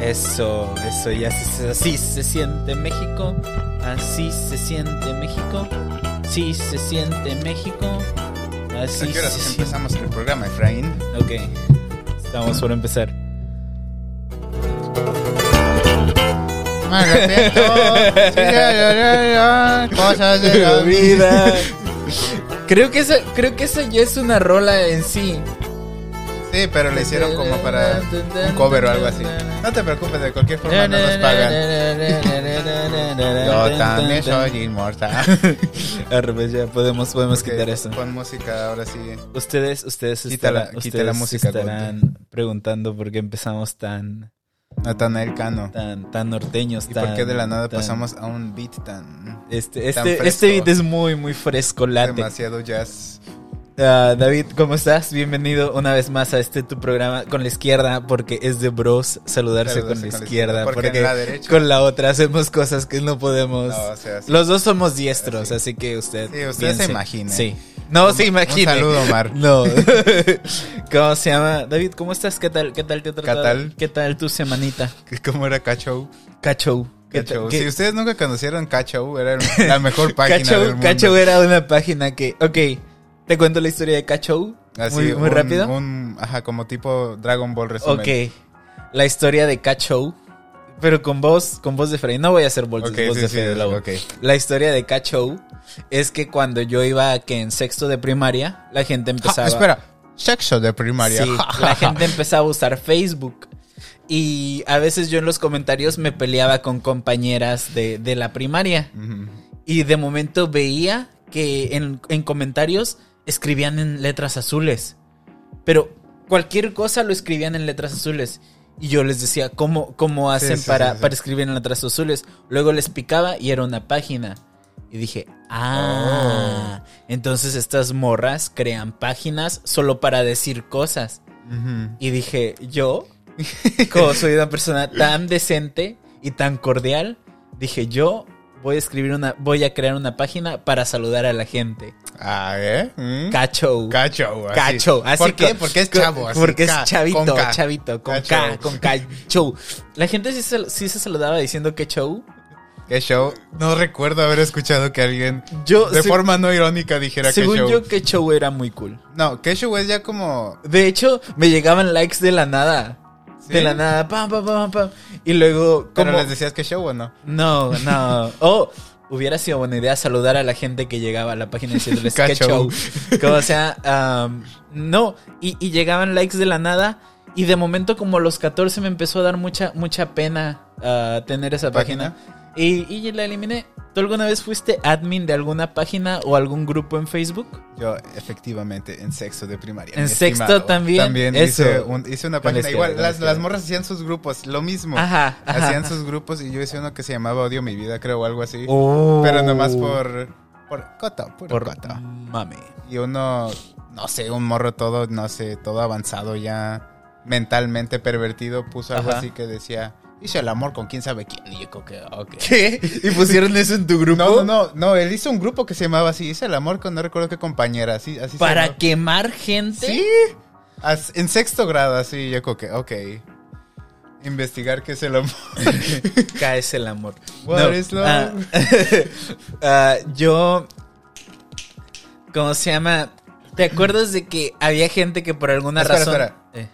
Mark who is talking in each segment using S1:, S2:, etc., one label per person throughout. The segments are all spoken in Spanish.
S1: Eso, eso, y así, así se siente México, así se siente México, sí se siente México,
S2: ¿A
S1: así
S2: qué horas
S1: se siente.
S2: empezamos el programa, Efraín?
S1: Ok, estamos por empezar.
S2: Me arrepiento, sí, ya, ya, ya, ya, cosas de la vida.
S1: creo que esa, creo que esa ya es una rola en sí.
S2: Sí, pero le hicieron como para un cover o algo así. No te preocupes, de cualquier forma no nos pagan. Yo también soy inmortal.
S1: Arre, pues ya podemos, podemos quitar
S2: Ok,
S1: eso.
S2: Pon música ahora sí.
S1: Ustedes, ustedes,
S2: Quita la-
S1: estarán-
S2: quita
S1: ustedes
S2: la música,
S1: estarán preguntando por qué empezamos tan,
S2: Natanael Cano.
S1: tan, tan norteños.
S2: ¿Y
S1: tan,
S2: por qué de la nada
S1: tan-
S2: pasamos a un beat tan
S1: Este,
S2: tan
S1: este,
S2: fresco?
S1: este beat es muy, muy fresco, late.
S2: demasiado jazz?
S1: Ah, David, ¿cómo estás? Bienvenido una vez más a este tu programa con la izquierda, porque es de bros saludarse,
S2: Saludarse
S1: con, la izquierda,
S2: porque,
S1: porque,
S2: en la derecha.
S1: con la otra hacemos cosas que no podemos.
S2: No, o sea, sí.
S1: Los dos somos diestros,
S2: Ah, Sí.
S1: así que usted.
S2: Sí, usted se imagine.
S1: Sí. No se imagine.
S2: Un saludo, Omar.
S1: No. ¿Cómo se llama? David, ¿cómo estás? ¿Qué tal? ¿Qué tal te ha tratado?
S2: ¿Qué tal?
S1: ¿Qué tal tu semanita?
S2: ¿Cómo era Cachou?
S1: Cacho. ¿Qué tal-
S2: Cachou.
S1: qué-
S2: Si ustedes nunca conocieron Cachou, era la mejor página
S1: Cachou-
S2: del mundo.
S1: Cachou era una página que. Ok, te cuento la historia de Cacho.
S2: Así,
S1: muy, muy
S2: Ah, un-
S1: rápido.
S2: un- ajá, como tipo Dragon Ball resumen.
S1: Ok. La historia de Cacho. Pero con voz, con voz de Freddy. No voy a hacer voz,
S2: Ok,
S1: voz
S2: sí,
S1: de
S2: sí,
S1: Freddy Lobo.
S2: ok.
S1: La historia de Cacho es que cuando yo iba que en sexto de primaria, la gente
S2: Ja,
S1: empezaba.
S2: espera, sexo de primaria.
S1: Sí,
S2: Ja, ja,
S1: la
S2: ja.
S1: gente empezaba a usar Facebook. Y a veces yo en los comentarios me peleaba con compañeras de, de la primaria.
S2: Ujú.
S1: Y de momento veía que en, en comentarios escribían en letras azules. Pero cualquier cosa lo escribían en letras azules. Y yo les decía, ¿cómo, cómo hacen
S2: sí,
S1: para,
S2: sí, sí.
S1: para escribir en letras azules? Luego les picaba y era una página. Y dije, ah,
S2: Oh.
S1: entonces estas morras crean páginas solo para decir cosas.
S2: Ujú.
S1: Y dije, yo, como soy una persona tan decente y tan cordial, dije, yo voy a escribir una, voy a crear una página para saludar a la gente.
S2: Ah, ¿eh? ¿Mm?
S1: Cacho.
S2: Cacho. así.
S1: Cacho. Así
S2: ¿Por qué?
S1: que-
S2: Porque es chavo. así,
S1: porque
S2: K,
S1: es chavito,
S2: con K.
S1: chavito, con K,
S2: Cacho.
S1: con cacho. La gente sí se, sí se saludaba diciendo que show.
S2: ¿Qué show? No recuerdo haber escuchado que alguien
S1: Yo,
S2: de
S1: se-
S2: forma no irónica dijera que
S1: según
S2: show.
S1: yo, que show era muy cool.
S2: No, que show es ya como...
S1: De hecho, me llegaban likes de la nada. De
S2: ¿Sí?
S1: la nada, pam, pam, pam, pam. Y luego,
S2: ¿Pero
S1: como.
S2: les decías que show o no?
S1: No, no. Oh, hubiera sido buena idea saludar a la gente que llegaba a la página diciéndoles que
S2: Cacho.
S1: show. Como sea, am, no. Y, y llegaban likes de la nada. Y de momento, como a los 14, me empezó a dar mucha, mucha pena ah, tener esa página. Y, y la eliminé. ¿Tú alguna vez fuiste admin de alguna página o algún grupo en Facebook?
S2: Yo, efectivamente, en sexto de primaria.
S1: En
S2: mi
S1: sexto también,
S2: También
S1: eso.
S2: hice, un- hice una
S1: Con la
S2: página
S1: izquierda,
S2: igual.
S1: con la
S2: Las,
S1: izquierda.
S2: las morras hacían sus grupos, lo mismo.
S1: Ajá. ajá,
S2: Hacían
S1: ajá.
S2: sus grupos y yo hice uno que se llamaba Odio mi vida, creo, o algo así.
S1: Oh.
S2: Pero nomás por. Por coto, puro
S1: Por
S2: coto.
S1: mame.
S2: Y uno, no sé, un morro todo, no sé, todo avanzado ya, mentalmente pervertido, puso algo
S1: Ajá.
S2: así que decía: Hice el amor con quién sabe quién. Y yo creo que, ok.
S1: ¿Qué? ¿Y pusieron eso en tu grupo?
S2: No, no, no, no, él hizo un grupo que se llamaba así, hice el amor con no recuerdo qué compañera, así, así se
S1: ¿Para
S2: llamaba.
S1: quemar gente?
S2: Sí. As- en sexto grado, así, yo creo que, ok. Investigar qué es el amor.
S1: caes el amor.
S2: What is love?
S1: ah, ah, yo. ¿Cómo se llama? ¿Te acuerdas de que había gente que por alguna
S2: Espera,
S1: razón.
S2: espera.
S1: Eh,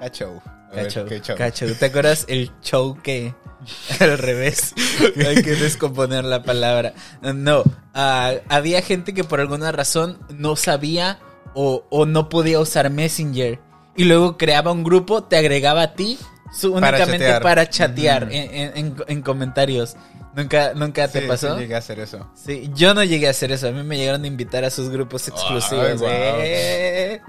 S2: Cacho. A ver,
S1: cacho,
S2: qué show.
S1: cacho. ¿Te acuerdas el show que. Al revés. Hay que descomponer la palabra. No. ah, había gente que por alguna razón no sabía o, o no podía usar Messenger. Y luego creaba un grupo, te agregaba a ti. su-
S2: Para
S1: únicamente
S2: chatear.
S1: para chatear
S2: Ujú.
S1: en, en- en- en comentarios. ¿Nunca, nunca
S2: Sí,
S1: te pasó?
S2: sí llegué a hacer eso.
S1: Sí, yo no llegué a hacer eso. A mí me llegaron a invitar a sus grupos exclusivos.
S2: guau.
S1: ¿eh?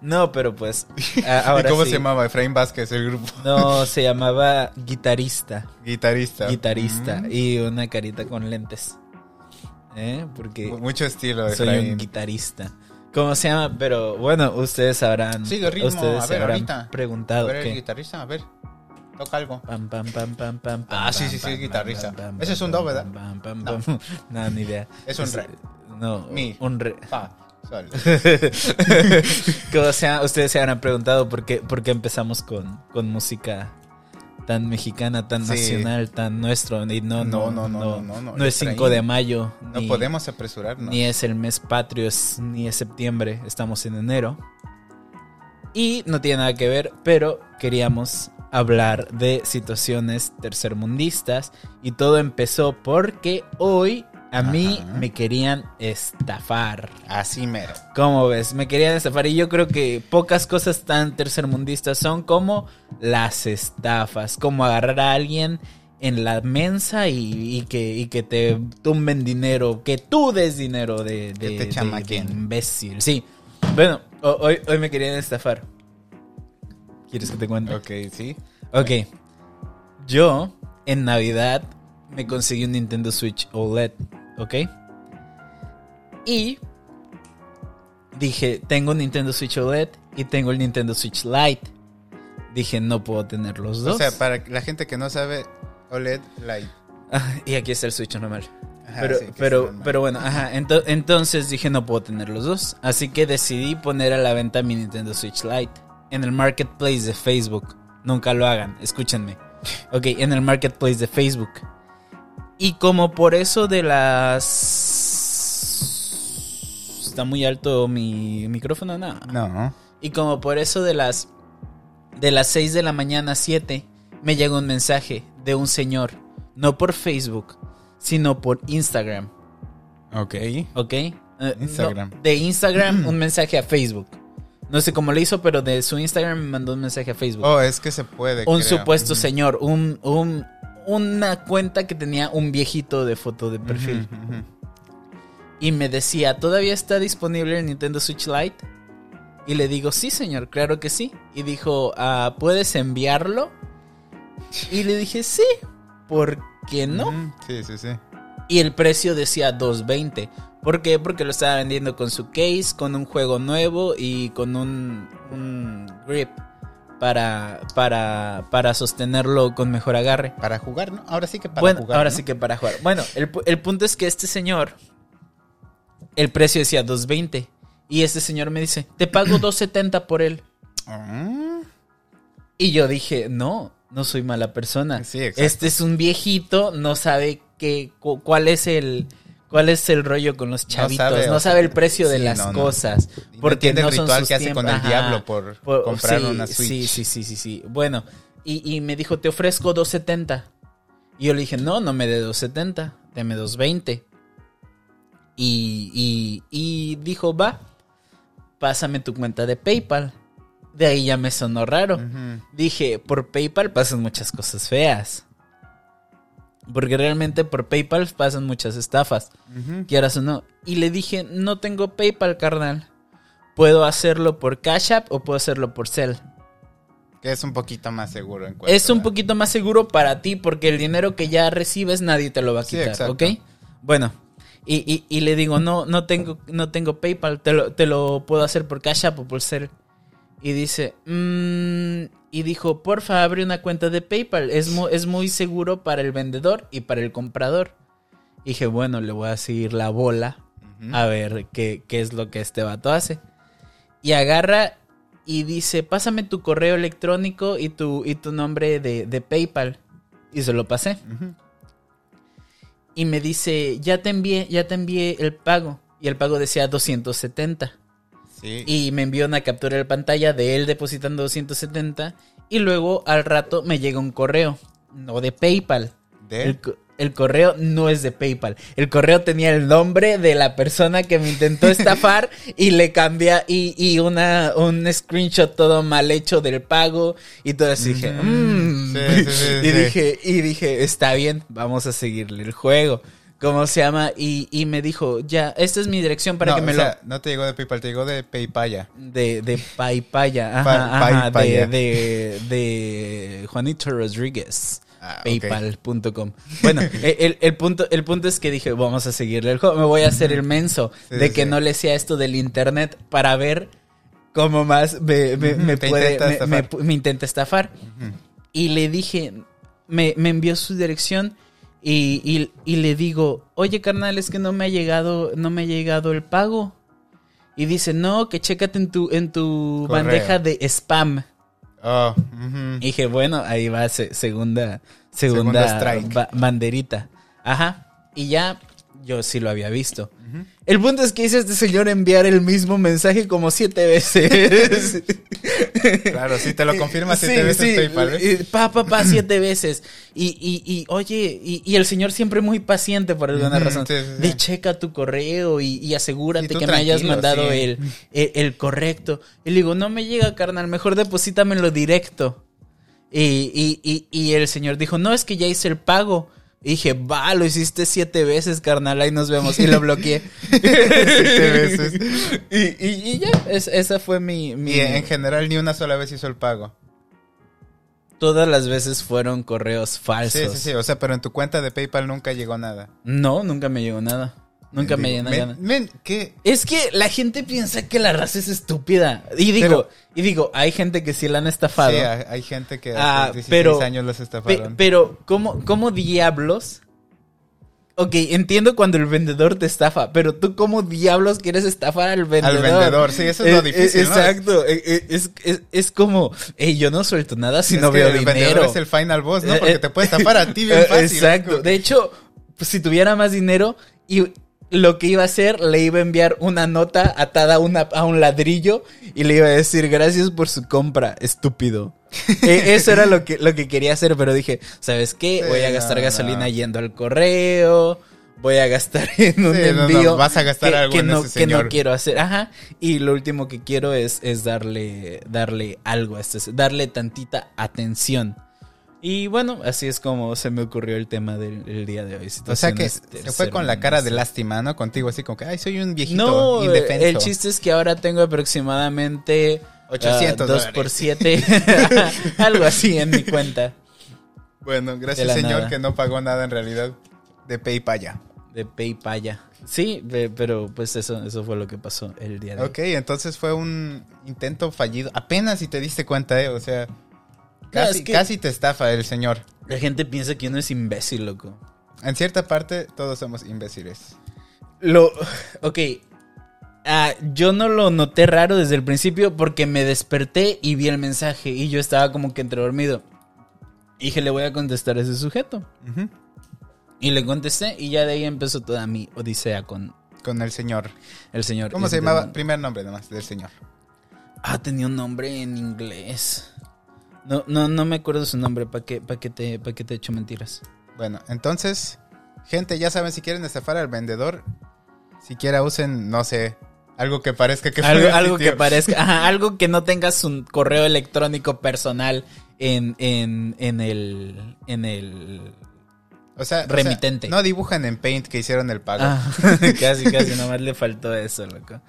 S1: No, pero pues. a- ahora
S2: ¿Y cómo
S1: sí.
S2: se llamaba? Efraín Vázquez, el grupo.
S1: No, se llamaba guitarista.
S2: Guitarista.
S1: Guitarista.
S2: Mm.
S1: Y una carita con lentes. ¿Eh? Porque
S2: Mu- Mucho estilo,
S1: soy un
S2: Efraín.
S1: guitarrista. ¿Cómo se llama? Pero bueno, ustedes sabrán.
S2: Sigue ritmo,
S1: Ustedes
S2: a
S1: se
S2: ver,
S1: habrán
S2: ahorita. A
S1: preguntado.
S2: ver, el
S1: que-
S2: guitarrista, a ver. Toca algo.
S1: Pam, pam, pam, pam, pam,
S2: Ah,
S1: pam,
S2: sí,
S1: pam,
S2: sí, sí,
S1: pam,
S2: el guitarrista.
S1: pam, pam,
S2: Ese es un
S1: pam,
S2: do, ¿verdad?
S1: pam, pam,
S2: No.
S1: pam, pam. No, ni idea.
S2: Es un re.
S1: No,
S2: Mi.
S1: un re.
S2: Fa, sol.
S1: Que, o sea, ustedes se habrán preguntado por qué, por qué empezamos con, con música tan mexicana, tan
S2: Sí.
S1: nacional, tan nuestro. Y no, no, no, no, no,
S2: no, no,
S1: es
S2: extraño.
S1: 5 de mayo.
S2: No
S1: ni-
S2: podemos apresurarnos.
S1: Ni es el mes patrio, es- ni es septiembre, estamos en enero. Y no tiene nada que ver, pero queríamos hablar de situaciones tercermundistas. Y todo empezó porque hoy a mí
S2: Ajá.
S1: me querían estafar.
S2: Así mero.
S1: ¿Cómo ves? Me querían estafar y yo creo que pocas cosas tan tercermundistas son como las estafas, como agarrar a alguien en la mensa y, y que, y que te tumben dinero, que tú des dinero de,
S2: Que
S1: de-
S2: te
S1: de-
S2: chamaquen.
S1: de imbécil. Sí, bueno, ho- hoy, hoy me querían estafar. ¿Quieres que te cuente?
S2: Ok, sí.
S1: Ok. Yo, en Navidad, me conseguí un Nintendo Switch OLED, ¿ok? Y dije, tengo un Nintendo Switch OLED y tengo el Nintendo Switch Lite. Dije, no puedo tener los dos.
S2: O sea, para la gente que no sabe, OLED Light.
S1: y aquí está el Switch normal.
S2: Ajá,
S1: pero,
S2: Ah, sí, que
S1: pero,
S2: está mal.
S1: pero bueno, ajá. ento- entonces dije, no puedo tener los dos. Así que decidí poner a la venta mi Nintendo Switch Lite en el marketplace de Facebook. Nunca lo hagan, escúchenme. Ok, en el marketplace de Facebook. Y como por eso de las... Está muy alto mi micrófono, nada.
S2: No.
S1: Y como por eso de las de las 6 de la mañana 7 me llegó un mensaje de un señor, no por Facebook, sino por Instagram,
S2: Ok.
S1: ¿ok? Eh, no,
S2: Instagram. Mm.
S1: de Instagram un mensaje a Facebook. No sé cómo lo hizo, pero de su Instagram me mandó un mensaje a Facebook.
S2: Oh, es que se puede.
S1: un
S2: creo.
S1: supuesto
S2: Ujú.
S1: señor, un, un- una cuenta que tenía un viejito de foto de perfil.
S2: Ujú, ujú.
S1: Y me decía, ¿todavía está disponible el Nintendo Switch Lite? Y le digo, sí, señor, claro que sí. Y dijo, "Ah, ¿puedes enviarlo? Y le dije, sí, ¿por qué no?
S2: Ujú, Sí, sí, sí.
S1: Y el precio decía 2.20. ¿Por qué? Porque lo estaba vendiendo con su case, con un juego nuevo y con un, un grip para, para, para sostenerlo con mejor agarre
S2: Para jugar, ¿no? Ahora sí que para
S1: bueno,
S2: jugar.
S1: ahora
S2: ¿no?
S1: sí que para jugar. Bueno, el, pu- el punto es que este señor, el precio decía 2.20. Y este señor me dice, te pago 2.70 por él.
S2: Ah,
S1: Y yo dije, no, no soy mala persona.
S2: Sí, exacto.
S1: este es un viejito, no sabe qué, cu- cuál es el... ¿Cuál es el rollo con los
S2: sabe,
S1: chavitos? No sabe,
S2: o sea,
S1: el precio de
S2: sí,
S1: las
S2: no, no.
S1: cosas.
S2: Y no
S1: Porque
S2: entiende
S1: no
S2: el
S1: son
S2: ritual
S1: sus
S2: que hace con el
S1: tiempos.
S2: diablo
S1: Ajá.
S2: por
S1: Por- oh,
S2: comprar
S1: sí,
S2: una Switch.
S1: Sí, sí, sí, sí, sí. Bueno, y, y me dijo, te ofrezco 270. Y yo le dije, no, no me dé 270, deme 220. Y, y, y dijo, va, pásame tu cuenta de PayPal. De ahí ya me sonó raro.
S2: Ujú.
S1: Dije, por PayPal pasan muchas cosas feas. Porque realmente por PayPal pasan muchas estafas
S2: Ujú.
S1: quieras o no. Y le dije, no tengo PayPal, carnal. Puedo hacerlo por Cash App o puedo hacerlo por Cell.
S2: Que es un poquito más seguro en cuanto
S1: Es un
S2: a-
S1: poquito más seguro para ti porque el dinero que ya recibes nadie te lo va a
S2: Sí,
S1: quitar,
S2: exacto.
S1: ¿ok? Bueno, y, y- y le digo, no, no tengo, no tengo PayPal, te lo, te lo puedo hacer por Cash App o por Cell. Y dice, "Mm", y dijo, porfa, abre una cuenta de PayPal. Es, mu- es muy seguro para el vendedor y para el comprador. dije, bueno, le voy a seguir la bola
S2: Ujú.
S1: a ver qué, qué es lo que este vato hace. Y agarra y dice, pásame tu correo electrónico y tu, y tu nombre de, de PayPal. Y se lo pasé.
S2: Ujú.
S1: Y me dice, ya te envié, ya te envié el pago. Y el pago decía 270.
S2: Sí.
S1: Y me envió una captura de pantalla de él depositando 270. Y luego al rato me llega un correo. No de PayPal.
S2: de
S1: El, co- el correo no es de PayPal. El correo tenía el nombre de la persona que me intentó estafar y le cambia y, y una, un screenshot todo mal hecho del pago y todo eso. Y dije,
S2: Ujú.
S1: "Mm".
S2: Sí, sí, sí,
S1: y
S2: sí.
S1: dije, y dije, está bien, vamos a seguirle el juego. ¿Cómo se llama? Y, y me dijo, ya, esta es mi dirección para
S2: No,
S1: que me
S2: o
S1: lo...
S2: sea, no te llegó de PayPal, te llegó de PayPaya.
S1: De, de Paypaya,
S2: Pa-
S1: ajá, ajá, de,
S2: Paypaya.
S1: de, de Juanito Rodríguez.
S2: Ah, ok.
S1: Paypal.com. Bueno, e, el, el punto, el punto es que dije, vamos a seguirle el juego. Me voy a hacer el menso
S2: Sí,
S1: de
S2: sí,
S1: que
S2: sí.
S1: no le sea esto del internet para ver cómo más me, me-
S2: Ujú,
S1: me
S2: te
S1: puede.
S2: intenta
S1: me- me
S2: estafar.
S1: pu- me intenta estafar.
S2: Ujú.
S1: Y le dije, me, me envió su dirección y, y- y le digo, oye carnal, es que no me ha llegado, no me ha llegado el pago. Y dice, no, que chécate en tu, en tu
S2: Correo.
S1: bandeja de spam.
S2: Ok. Oh, ujú.
S1: Y dije, bueno, ahí va se- segunda, segunda
S2: Segundo strike.
S1: ba- banderita. Ajá. Y ya yo sí lo había visto. El punto es que hice a este señor enviar el mismo mensaje como siete veces.
S2: Claro, si te lo confirmas
S1: Sí,
S2: siete veces
S1: sí.
S2: PayPal, ¿ves?
S1: Eh, Pa, pa, pa, siete veces. Y, y, y oye, y, y el señor siempre muy paciente por alguna
S2: Ujú,
S1: razón.
S2: sí, sí,
S1: De
S2: sí.
S1: checa tu correo y, y asegúrate
S2: Y tú
S1: que me hayas
S2: tranquilo,
S1: mandado
S2: sí.
S1: el, el, el correcto. Y le digo, no me llega, carnal, mejor deposítamelo directo. Y, y, y, y el señor dijo, no, es que ya hice el pago. Y dije, va, lo hiciste siete veces, carnal, ahí nos vemos. Y lo bloqueé.
S2: Siete veces.
S1: Y, y, y ya, es- esa fue mi... mi
S2: Y en general ni una sola vez hizo el pago.
S1: Todas las veces fueron correos falsos.
S2: Sí, sí, sí. O sea, pero en tu cuenta de PayPal nunca llegó nada.
S1: No, nunca me llegó nada. Nunca me
S2: Digo,
S1: llegó
S2: men-
S1: nada.
S2: Men, ¿qué?
S1: Es que la gente piensa que la raza es estúpida. Y digo,
S2: Pero-
S1: y digo, hay gente que sí la han estafado.
S2: Sí, hay, hay gente que
S1: Ah,
S2: hace 16
S1: pero-
S2: años los
S1: Pe-
S2: estafaron.
S1: pero, ¿cómo, ¿cómo diablos? Ok, entiendo cuando el vendedor te estafa, pero tú cómo diablos quieres estafar al vendedor.
S2: Al vendedor, sí, eso es lo
S1: Eh, eh,
S2: difícil, ¿no?
S1: Exacto, eh, eh, es, es- es como, "Ey, yo no suelto nada si
S2: Es
S1: no
S2: que
S1: veo
S2: el
S1: dinero.
S2: vendedor es el final boss, ¿no?
S1: Eh, eh,
S2: Porque te puede estafar a ti bien
S1: Eh,
S2: fácil.
S1: Exacto. De hecho, pues, si tuviera más dinero y lo que iba a hacer, le iba a enviar una nota atada a, una- a un ladrillo y le iba a decir gracias por su compra, estúpido. Eh, eso era lo que, lo que quería hacer, pero dije, ¿sabes qué?
S2: Sí,
S1: Voy a gastar
S2: no,
S1: gasolina
S2: no.
S1: yendo al correo. Voy a gastar en un
S2: Sí, no, no,
S1: envío.
S2: vas a gastar
S1: que,
S2: algo
S1: que
S2: en
S1: no,
S2: ese
S1: que no
S2: señor.
S1: quiero hacer. Ajá. Y lo último que quiero es, es darle, darle algo a este, darle tantita atención. Y bueno, así es como se me ocurrió el tema del el día de hoy.
S2: O sea que
S1: Situaciones
S2: se fue con la cara de lástima, ¿no? Contigo, así como que, ay, soy un viejito
S1: No,
S2: indefenso.
S1: el chiste es que ahora tengo aproximadamente
S2: 800
S1: 2 por
S2: dólares.
S1: 7, algo así en mi cuenta
S2: Bueno,
S1: de
S2: gracias,
S1: la
S2: señor,
S1: nada.
S2: que no pagó nada en realidad de PayPal ya.
S1: de PayPal. ya. Sí, pe- pero pues eso, eso fue lo que pasó el día de hoy.
S2: Ok, entonces fue un intento fallido. Apenas si te diste cuenta, ¿eh? O sea, casi,
S1: es que-
S2: casi te estafa el señor.
S1: La gente piensa que uno es imbécil, loco.
S2: En cierta parte, todos somos imbéciles.
S1: Lo. Ok. Ah, yo no lo noté raro desde el principio porque me desperté y vi el mensaje y yo estaba como que entre dormido. Y Dije, le voy a contestar a ese sujeto. Y le contesté y ya de ahí empezó toda mi odisea con
S2: Con el señor.
S1: el señor.
S2: ¿Cómo se
S1: Este-
S2: llamaba? Primer nombre nomás, del señor.
S1: Ah, tenía un nombre en inglés. No, no, no me acuerdo su nombre, ¿para qué, pa' qué te, pa' qué te echo mentiras?
S2: Bueno, entonces, gente, ya saben, si quieren estafar al vendedor, siquiera usen, no sé, algo que parezca que fue
S1: Algo,
S2: del
S1: algo que
S2: sitio.
S1: parezca, ajá, algo que no tengas un correo electrónico personal en, en, en el, en el,
S2: O sea, o sea,
S1: remitente.
S2: no dibujan en Paint que hicieron el pago.
S1: Ah, casi, casi, nomás le faltó eso, loco.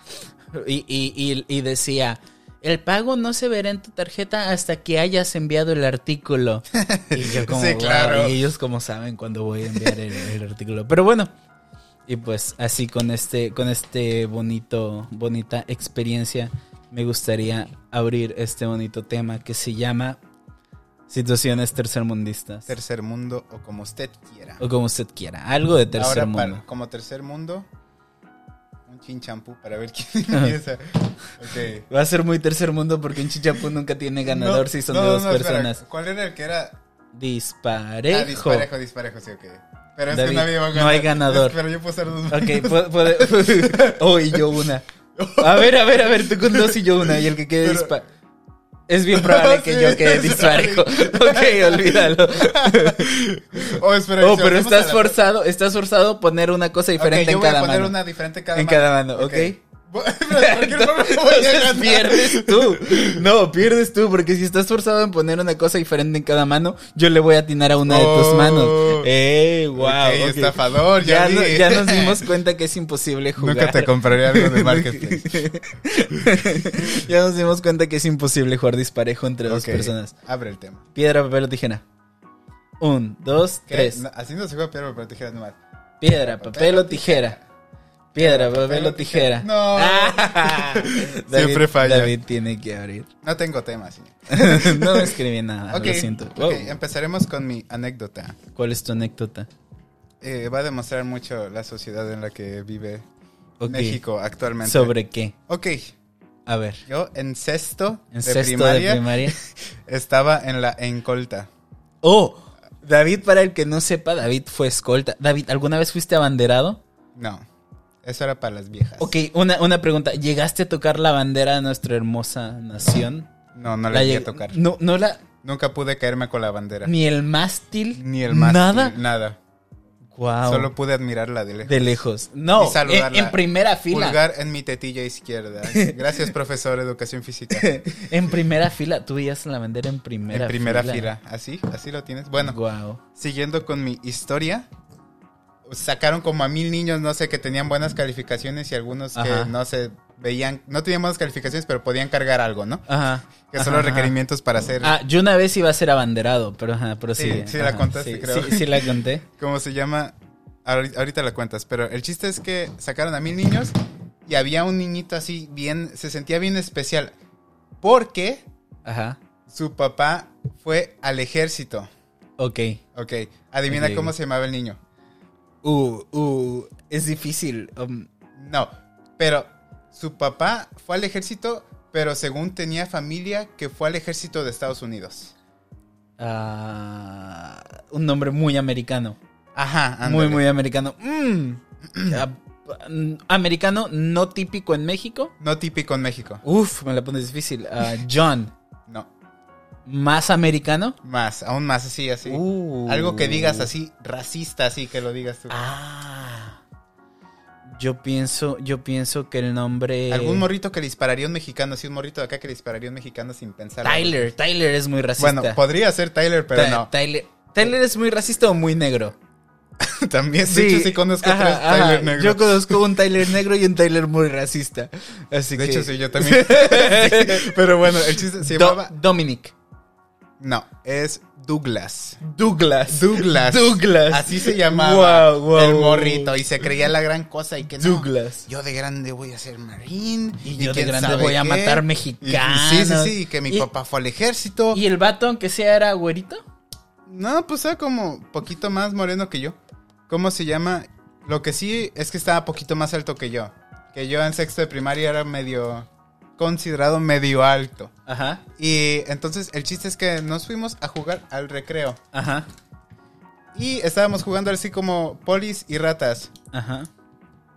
S1: Y, y- y- y decía, el pago no se verá en tu tarjeta hasta que hayas enviado el artículo. Y yo como,
S2: Sí,
S1: "Wow",
S2: claro.
S1: y ellos como saben cuándo voy a enviar el, el artículo. Pero bueno, y pues así con este, con este bonito, bonita experiencia, me gustaría abrir este bonito tema que se llama situaciones tercermundistas.
S2: Tercer mundo o como usted quiera.
S1: o como usted quiera, algo de tercer
S2: Ahora,
S1: mundo.
S2: para- como tercer mundo, un chin champú para ver quién empieza. Ok.
S1: Va a ser muy tercer mundo porque un chichapú nunca tiene ganador
S2: No,
S1: si son
S2: no,
S1: de dos
S2: no, espera,
S1: personas.
S2: ¿Cuál era el que era?
S1: Disparejo.
S2: Ah, disparejo, disparejo, sí, ok. Pero es
S1: David,
S2: que nadie va a
S1: no
S2: ganar.
S1: hay ganador.
S2: Es- Pero yo puedo hacer dos.
S1: Ok, pu- puede- Oh, y yo una. A ver, a ver, a ver, tú con dos y yo una. Y el que quede
S2: Pero-
S1: dispa- Es bien probable que
S2: Sí,
S1: yo quede
S2: sí.
S1: disparejo. Ok, olvídalo.
S2: Oh, espera,
S1: Oh,
S2: si
S1: pero
S2: hacemos a
S1: estás
S2: la-
S1: forzado, estás forzado a poner una cosa
S2: Ok,
S1: diferente
S2: yo
S1: en
S2: voy
S1: cada
S2: a poner
S1: mano.
S2: una diferente cada
S1: En
S2: mano.
S1: cada mano, ok.
S2: Bueno, pero de cualquier forma voy a
S1: Entonces
S2: ganar.
S1: pierdes tú. No, pierdes tú, porque si estás forzado en poner una cosa diferente en cada mano, yo le voy a atinar a una de tus
S2: Oh.
S1: manos. ¡Eh,
S2: Ok,
S1: wow! ok.
S2: estafador,
S1: Ya,
S2: ya,
S1: no-
S2: vi.
S1: ya nos dimos cuenta que es imposible jugar.
S2: Nunca te compraré algo de Marketplace.
S1: ya nos dimos cuenta que es imposible jugar disparejo entre dos
S2: Ok,
S1: personas.
S2: Abre el tema.
S1: Piedra, papel o tijera. Un, dos,
S2: ¿Qué?
S1: tres.
S2: No, así no se juega piedra, pero tijeras nomás.
S1: Piedra, papel o tijera. Piedra, papel o tijera.
S2: No.
S1: David-
S2: Siempre falla.
S1: David tiene que abrir.
S2: No tengo tema, señor.
S1: no escribí nada,
S2: ok,
S1: Ah, lo siento.
S2: ok,
S1: Wow.
S2: empezaremos con mi anécdota.
S1: ¿Cuál es tu anécdota?
S2: Eh, va a demostrar mucho la sociedad en la que vive
S1: Ok.
S2: México actualmente.
S1: ¿Sobre qué?
S2: Ok,
S1: A ver.
S2: Yo en sexto,
S1: En
S2: de,
S1: sexto
S2: primaria,
S1: de primaria.
S2: estaba en la encolta.
S1: Oh, David, para el que no sepa, David fue escolta. David, ¿alguna vez fuiste abanderado?
S2: No, eso era para las viejas.
S1: Ok, una, una pregunta. ¿Llegaste a tocar la bandera de nuestra hermosa nación?
S2: No, no la llegué a
S1: lleg-
S2: tocar.
S1: No, no la.
S2: Nunca pude caerme con la bandera. Ni,
S1: Ni el mástil.
S2: el mástil,
S1: Nada.
S2: Nada.
S1: Wow.
S2: Solo pude admirarla de lejos.
S1: de lejos. No, eh,
S2: Y saludarla.
S1: en, en primera fila.
S2: Pulgar en mi tetilla izquierda. Gracias, profesor de educación física.
S1: En primera fila. Tú veías la bandera en primera
S2: en primera fila. Así, así lo tienes. Bueno,
S1: Wow.
S2: siguiendo con mi historia. Sacaron como a mil niños, no sé, que tenían buenas calificaciones y algunos que
S1: Ajá.
S2: no se veían, no tenían buenas calificaciones, pero podían cargar algo, ¿no?
S1: Ajá.
S2: Que son
S1: Ajá,
S2: los
S1: ajá.
S2: requerimientos para hacer,
S1: Ah, yo una vez iba a ser abanderado, pero ajá, pero sí.
S2: Sí, sí la contaste,
S1: sí,
S2: creo.
S1: Sí, sí la conté.
S2: ¿cómo se llama? Ahori- Ahorita la cuentas, pero el chiste es que sacaron a mil niños y había un niñito así bien, se sentía bien especial porque
S1: Ajá.
S2: su papá fue al ejército.
S1: Ok.
S2: Ok, adivina
S1: Ok.
S2: cómo se llamaba el niño.
S1: Uh, uh, es difícil. um,
S2: No, pero su papá fue al ejército, pero según tenía familia que fue al ejército de Estados Unidos.
S1: ah, un nombre muy americano.
S2: Ajá,
S1: Muy, muy americano. Mm. Ah, mm, americano no típico en México.
S2: No típico en México.
S1: Uf, me la pones difícil. Ah, John,
S2: No,
S1: más americano.
S2: más, aún más así, así.
S1: Uh.
S2: Algo que digas así, racista, así que lo digas tú.
S1: Ah. Yo pienso, yo pienso que el nombre.
S2: Algún morrito que le dispararía un mexicano, así un morrito de acá que le dispararía un mexicano sin pensar.
S1: Tyler, Tyler es muy racista.
S2: Bueno, podría ser Tyler, pero
S1: Ty-
S2: no.
S1: Tyler, Tyler es muy racista o muy negro.
S2: También, sí, de hecho, sí conozco
S1: ajá,
S2: tres Tyler
S1: ajá.
S2: negros.
S1: Yo conozco un Tyler negro y un Tyler muy racista. Así
S2: De
S1: que.
S2: hecho, sí, yo también. pero bueno, el chiste se
S1: Do-
S2: llamaba...
S1: Dominic.
S2: No, es Douglas.
S1: Douglas.
S2: Douglas.
S1: Douglas.
S2: Así se llamaba
S1: Wow, wow,
S2: el
S1: wow.
S2: morrito y se creía la gran cosa y que no,
S1: Douglas.
S2: Yo de grande voy a ser marín
S1: Y yo de
S2: quién
S1: grande
S2: sabe
S1: voy a
S2: qué.
S1: matar
S2: Y- y-
S1: mexicanos.
S2: Sí, sí, sí, y que mi
S1: Y-
S2: papá fue al ejército.
S1: ¿Y el vato, aunque sea, era güerito?
S2: No, pues era como poquito más moreno que yo. ¿Cómo se llama? Lo que sí es que estaba poquito más alto que yo. Que yo en sexto de primaria era medio considerado medio alto.
S1: Ajá,
S2: Y entonces el chiste es que nos fuimos a jugar al recreo.
S1: ajá,
S2: Y estábamos jugando así como polis y ratas.
S1: ajá.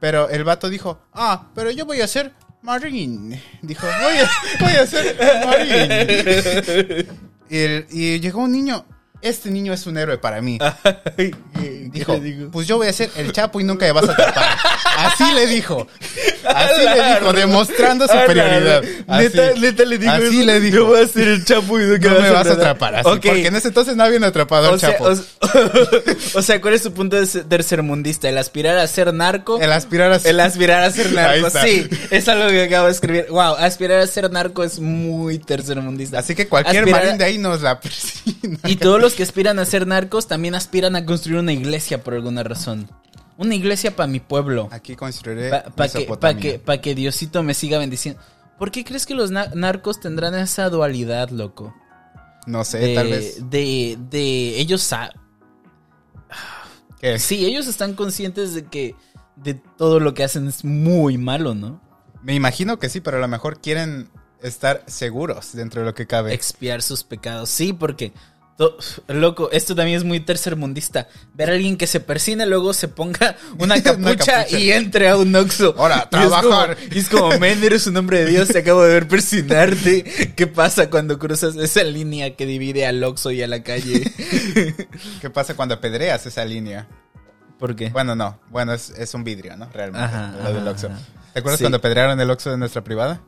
S2: Pero el vato dijo, ah, pero yo voy a ser Marine. Dijo, voy a, voy a ser Marine. Y, el- y llegó un niño, este niño es un héroe para mí. Dijo, pues yo voy a ser el chapo y nunca me vas a tapar. Así le dijo. Así le dijo, demostrando superioridad. Así,
S1: Ah, Neta, neta le dijo.
S2: así
S1: eso.
S2: le
S1: Yo
S2: dijo.
S1: voy a ser el chapo y nunca
S2: No me vas a atrapar así.
S1: Ok.
S2: Porque en ese entonces no habían atrapado al
S1: o sea,
S2: chapo.
S1: o, o sea, ¿cuál es su punto de ser- tercermundista? ¿El aspirar a ser narco?
S2: el aspirar a ser-
S1: El aspirar a ser
S2: Ahí
S1: narco,
S2: está.
S1: sí. Es algo que acabo de escribir. Wow, aspirar a ser narco es muy tercermundista.
S2: Así que cualquier
S1: Aspirar-
S2: marín de ahí nos la persina.
S1: Y todos los que aspiran a ser narcos también aspiran a construir una iglesia por alguna razón. Una iglesia para mi pueblo.
S2: Aquí construiré
S1: Para que, pa'
S2: Mesopotamia.
S1: que, pa' que Diosito me siga bendiciendo. ¿Por qué crees que los na- narcos tendrán esa dualidad, loco?
S2: No sé,
S1: De,
S2: tal vez.
S1: de, de ellos... sa-
S2: ¿Qué?
S1: Sí, ellos están conscientes de que de todo lo que hacen es muy malo, ¿no?
S2: Me imagino que sí, pero a lo mejor quieren estar seguros dentro de lo que cabe.
S1: Expiar sus pecados. Sí, porque... to- Loco, esto también es muy tercermundista. Ver a alguien que se persina, luego se ponga una capucha,
S2: capucha.
S1: y entre a un oxo.
S2: Ahora, trabajar.
S1: Y es como, men, eres un hombre de Dios, te acabo de ver persinarte. ¿Qué pasa cuando cruzas esa línea que divide al oxo y a la calle?
S2: ¿Qué pasa cuando apedreas esa línea?
S1: ¿Por qué?
S2: Bueno, no. Bueno, es, es un vidrio, ¿no? Realmente.
S1: Ajá,
S2: lo del
S1: ajá,
S2: Oxxo.
S1: ajá.
S2: ¿Te acuerdas
S1: Sí.
S2: cuando apedrearon el Oxxo de nuestra privada?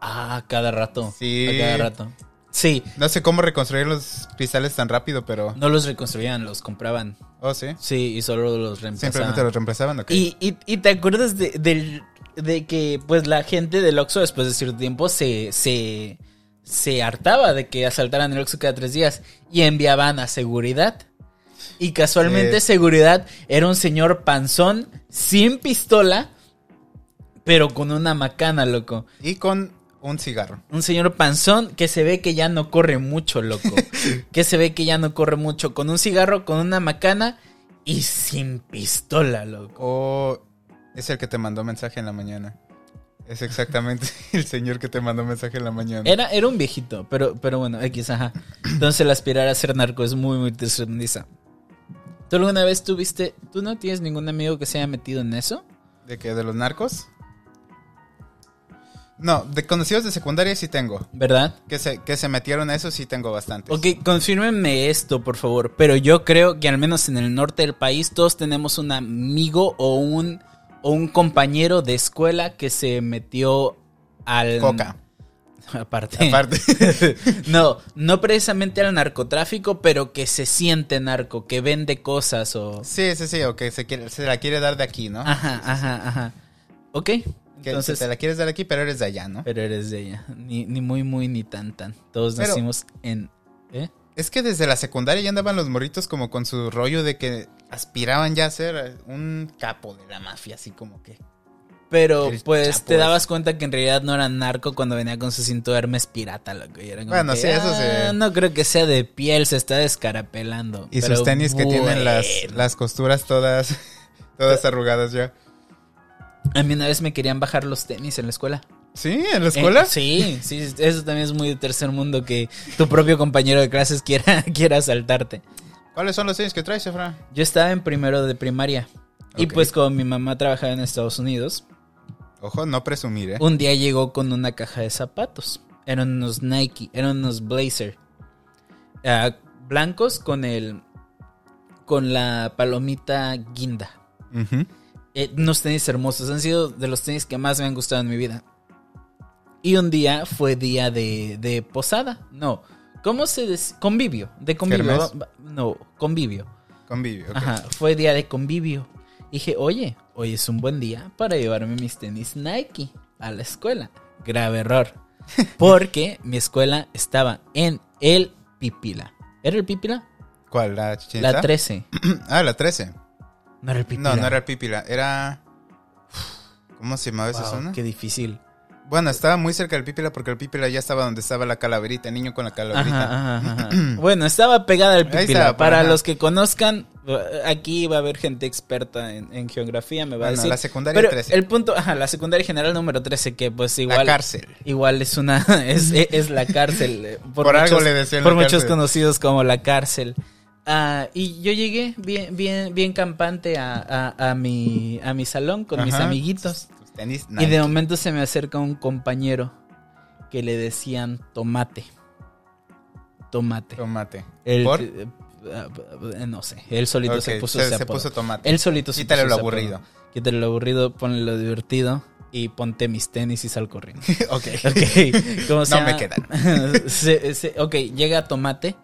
S1: Ah, a cada rato.
S2: Sí.
S1: A cada rato. Sí,
S2: No sé cómo reconstruir los cristales tan rápido, pero...
S1: no los reconstruían, los compraban.
S2: Oh, sí.
S1: Sí, y solo los reemplazaban.
S2: Simplemente los reemplazaban, ¿ok?
S1: Y, y- y te acuerdas de, del- de que pues la gente del Oxxo después de cierto tiempo se, se, se hartaba de que asaltaran el Oxxo cada tres días y enviaban a seguridad. Y casualmente
S2: Sí.
S1: seguridad era un señor panzón sin pistola, pero con una macana, loco.
S2: Y con un cigarro.
S1: Un señor panzón que se ve que ya no corre mucho, loco. que se ve que ya no corre mucho. Con un cigarro, con una macana y sin pistola, loco.
S2: O es el que te mandó mensaje en la mañana. Es exactamente el señor que te mandó mensaje en la mañana.
S1: Era, era un viejito, pero, pero bueno, X, ajá. Entonces el aspirar a ser narco es muy, muy tristeza. ¿Tú alguna vez tuviste, tú no tienes ningún amigo que se haya metido en eso?
S2: ¿De qué? ¿De los narcos? No, de conocidos de secundaria sí tengo.
S1: ¿Verdad?
S2: Que se, que se metieron a eso sí tengo bastantes.
S1: Ok, confírmenme esto, por favor. Pero yo creo que al menos en el norte del país todos tenemos un amigo o un, o un compañero de escuela que se metió al...
S2: Coca.
S1: Aparte.
S2: Aparte.
S1: No, no precisamente al narcotráfico, pero que se siente narco, que vende cosas o...
S2: sí, sí, sí, o que se, quiere- se la quiere dar de aquí, ¿no?
S1: Ajá, ajá, ajá. Ok,
S2: que
S1: Ah, entonces... Eh.
S2: te la quieres dar aquí, pero eres de allá, ¿no?
S1: Pero eres de ella. Ni, ni muy, muy, ni tan, tan. Todos
S2: Pero-
S1: nacimos en... ¿Eh?
S2: Es que desde la secundaria ya andaban los morritos como con su rollo de que aspiraban ya a ser un capo de la mafia, así como que.
S1: Pero
S2: El
S1: pues
S2: Chapo
S1: te
S2: es-
S1: dabas cuenta que en realidad no era narco cuando venía con su cinto de Hermes pirata, loco. Y era como
S2: Bueno,
S1: que,
S2: sí, eso
S1: "Ah,
S2: sí".
S1: No creo que sea de piel, se está descarapelando.
S2: Y
S1: Pero
S2: sus tenis que tienen las,
S1: bueno.
S2: las costuras todas, todas arrugadas ya.
S1: A mí una vez me querían bajar los tenis en la escuela.
S2: ¿Sí? ¿En la escuela?
S1: Eh, sí, sí, eso también es muy de tercer mundo que tu propio compañero de clases quiera, quiera asaltarte.
S2: ¿Cuáles son los tenis que traes, Efra?
S1: Yo estaba en primero de primaria. Y
S2: Ok.
S1: pues como mi mamá trabajaba en Estados Unidos,
S2: Ojo, no presumir, ¿eh?
S1: Un día llegó con una caja de zapatos. Eran unos Nike, eran unos Blazer. Ah, blancos con el. con la palomita guinda.
S2: Ujú.
S1: Eh, unos tenis hermosos. Han sido de los tenis que más me han gustado en mi vida. Y un día fue día de, de posada. No. ¿Cómo se dice? Convivio. De convivio.
S2: ¿Kermés?
S1: Va- va- No, convivio.
S2: Convivio. ok.
S1: Ajá, fue día de convivio. Dije, oye, hoy es un buen día para llevarme mis tenis Nike a la escuela. Grave error. Porque mi escuela estaba en el Pipila. ¿Era el Pipila?
S2: ¿Cuál? ¿La Chichen
S1: La
S2: Itza?
S1: 13.
S2: Ah, la 13.
S1: No era el Pipila.
S2: No, no era el Pipila, era... ¿Cómo se llamaba esa
S1: Wow,
S2: zona?
S1: Qué difícil.
S2: Bueno, estaba muy cerca del Pipila porque el Pipila ya estaba donde estaba la calaverita, el niño con la calaverita.
S1: Ajá, ajá, ajá. bueno, estaba pegada al
S2: Ahí
S1: Pipila.
S2: estaba,
S1: Para
S2: ajá.
S1: los que conozcan, eh, aquí va a haber gente experta en, en geografía, me va
S2: Bueno,
S1: a decir.
S2: la secundaria
S1: Pero
S2: 13.
S1: el punto, ajá, la secundaria general número 13, que pues
S2: La
S1: igual
S2: cárcel.
S1: Igual es una es, es- es la cárcel. eh,
S2: Por algo le decían
S1: por
S2: la
S1: muchos
S2: cárcel.
S1: conocidos como la cárcel. Ah, y yo llegué bien, bien, bien campante a, a- a mi, a mi salón con mis
S2: Ajá.
S1: amiguitos.
S2: Tus tenis
S1: Y de
S2: Nike.
S1: momento se me acerca un compañero que le decían tomate. Tomate.
S2: Tomate.
S1: Él,
S2: ¿Por?
S1: eh, ah, ah, no sé. Él solito
S2: Ok,
S1: se puso
S2: se,
S1: ese
S2: se
S1: apodo.
S2: puso tomate.
S1: Él solito se
S2: Quítale
S1: puso
S2: lo
S1: ese apodo.
S2: aburrido.
S1: Quítale lo aburrido, ponle lo divertido y ponte mis tenis y sal corriendo.
S2: ok.
S1: Ok, ¿cómo se
S2: No me
S1: llama? Se- se- ok, llega Tomate.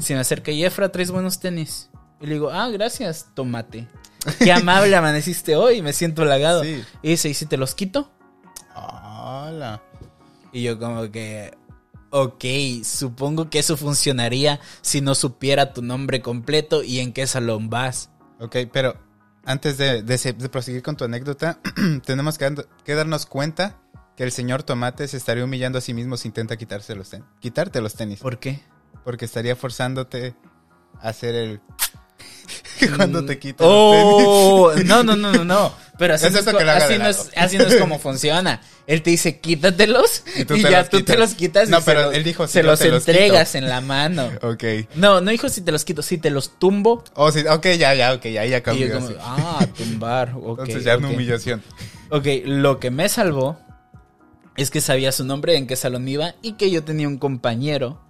S1: Se me acerca y Efra, traes buenos tenis. Y le digo, ah, gracias, Tomate. Qué amable amaneciste hoy, me siento halagado.
S2: Sí.
S1: Y dice, ¿y si te los quito?
S2: Hola.
S1: Y yo como que, ok, supongo que eso funcionaría si no supiera tu nombre completo y en qué salón vas.
S2: Ok, pero antes de, de se- de proseguir con tu anécdota, tenemos que, dando- que darnos cuenta que el señor Tomate se estaría humillando a sí mismo si intenta quitarse los ten- quitarte los tenis.
S1: ¿Por qué?
S2: Porque estaría forzándote a hacer el... cuando te quitas
S1: Mm, Oh, no, no, no, no, no. Pero así,
S2: Es
S1: no es,
S2: eso
S1: co-
S2: que lo haga
S1: así
S2: de
S1: no
S2: lado.
S1: es- así no es como funciona. Él te dice quítatelos y,
S2: Y tú te
S1: ya
S2: los
S1: tú
S2: quitas.
S1: te los quitas. y
S2: No,
S1: se
S2: pero
S1: los-
S2: él dijo, si
S1: se
S2: no
S1: los
S2: te los
S1: entregas en la mano.
S2: los tenis. Ok.
S1: No, no dijo si te los quito, si te los tumbo.
S2: Oh, sí, ok, ya, ya, ok, ya, ya
S1: Y yo
S2: cambió.
S1: como,
S2: sí.
S1: ah, tumbar. ok,
S2: Entonces ya es
S1: ok.
S2: una humillación.
S1: Ok, lo que me salvó es que sabía su nombre, en qué salón iba y que yo tenía un compañero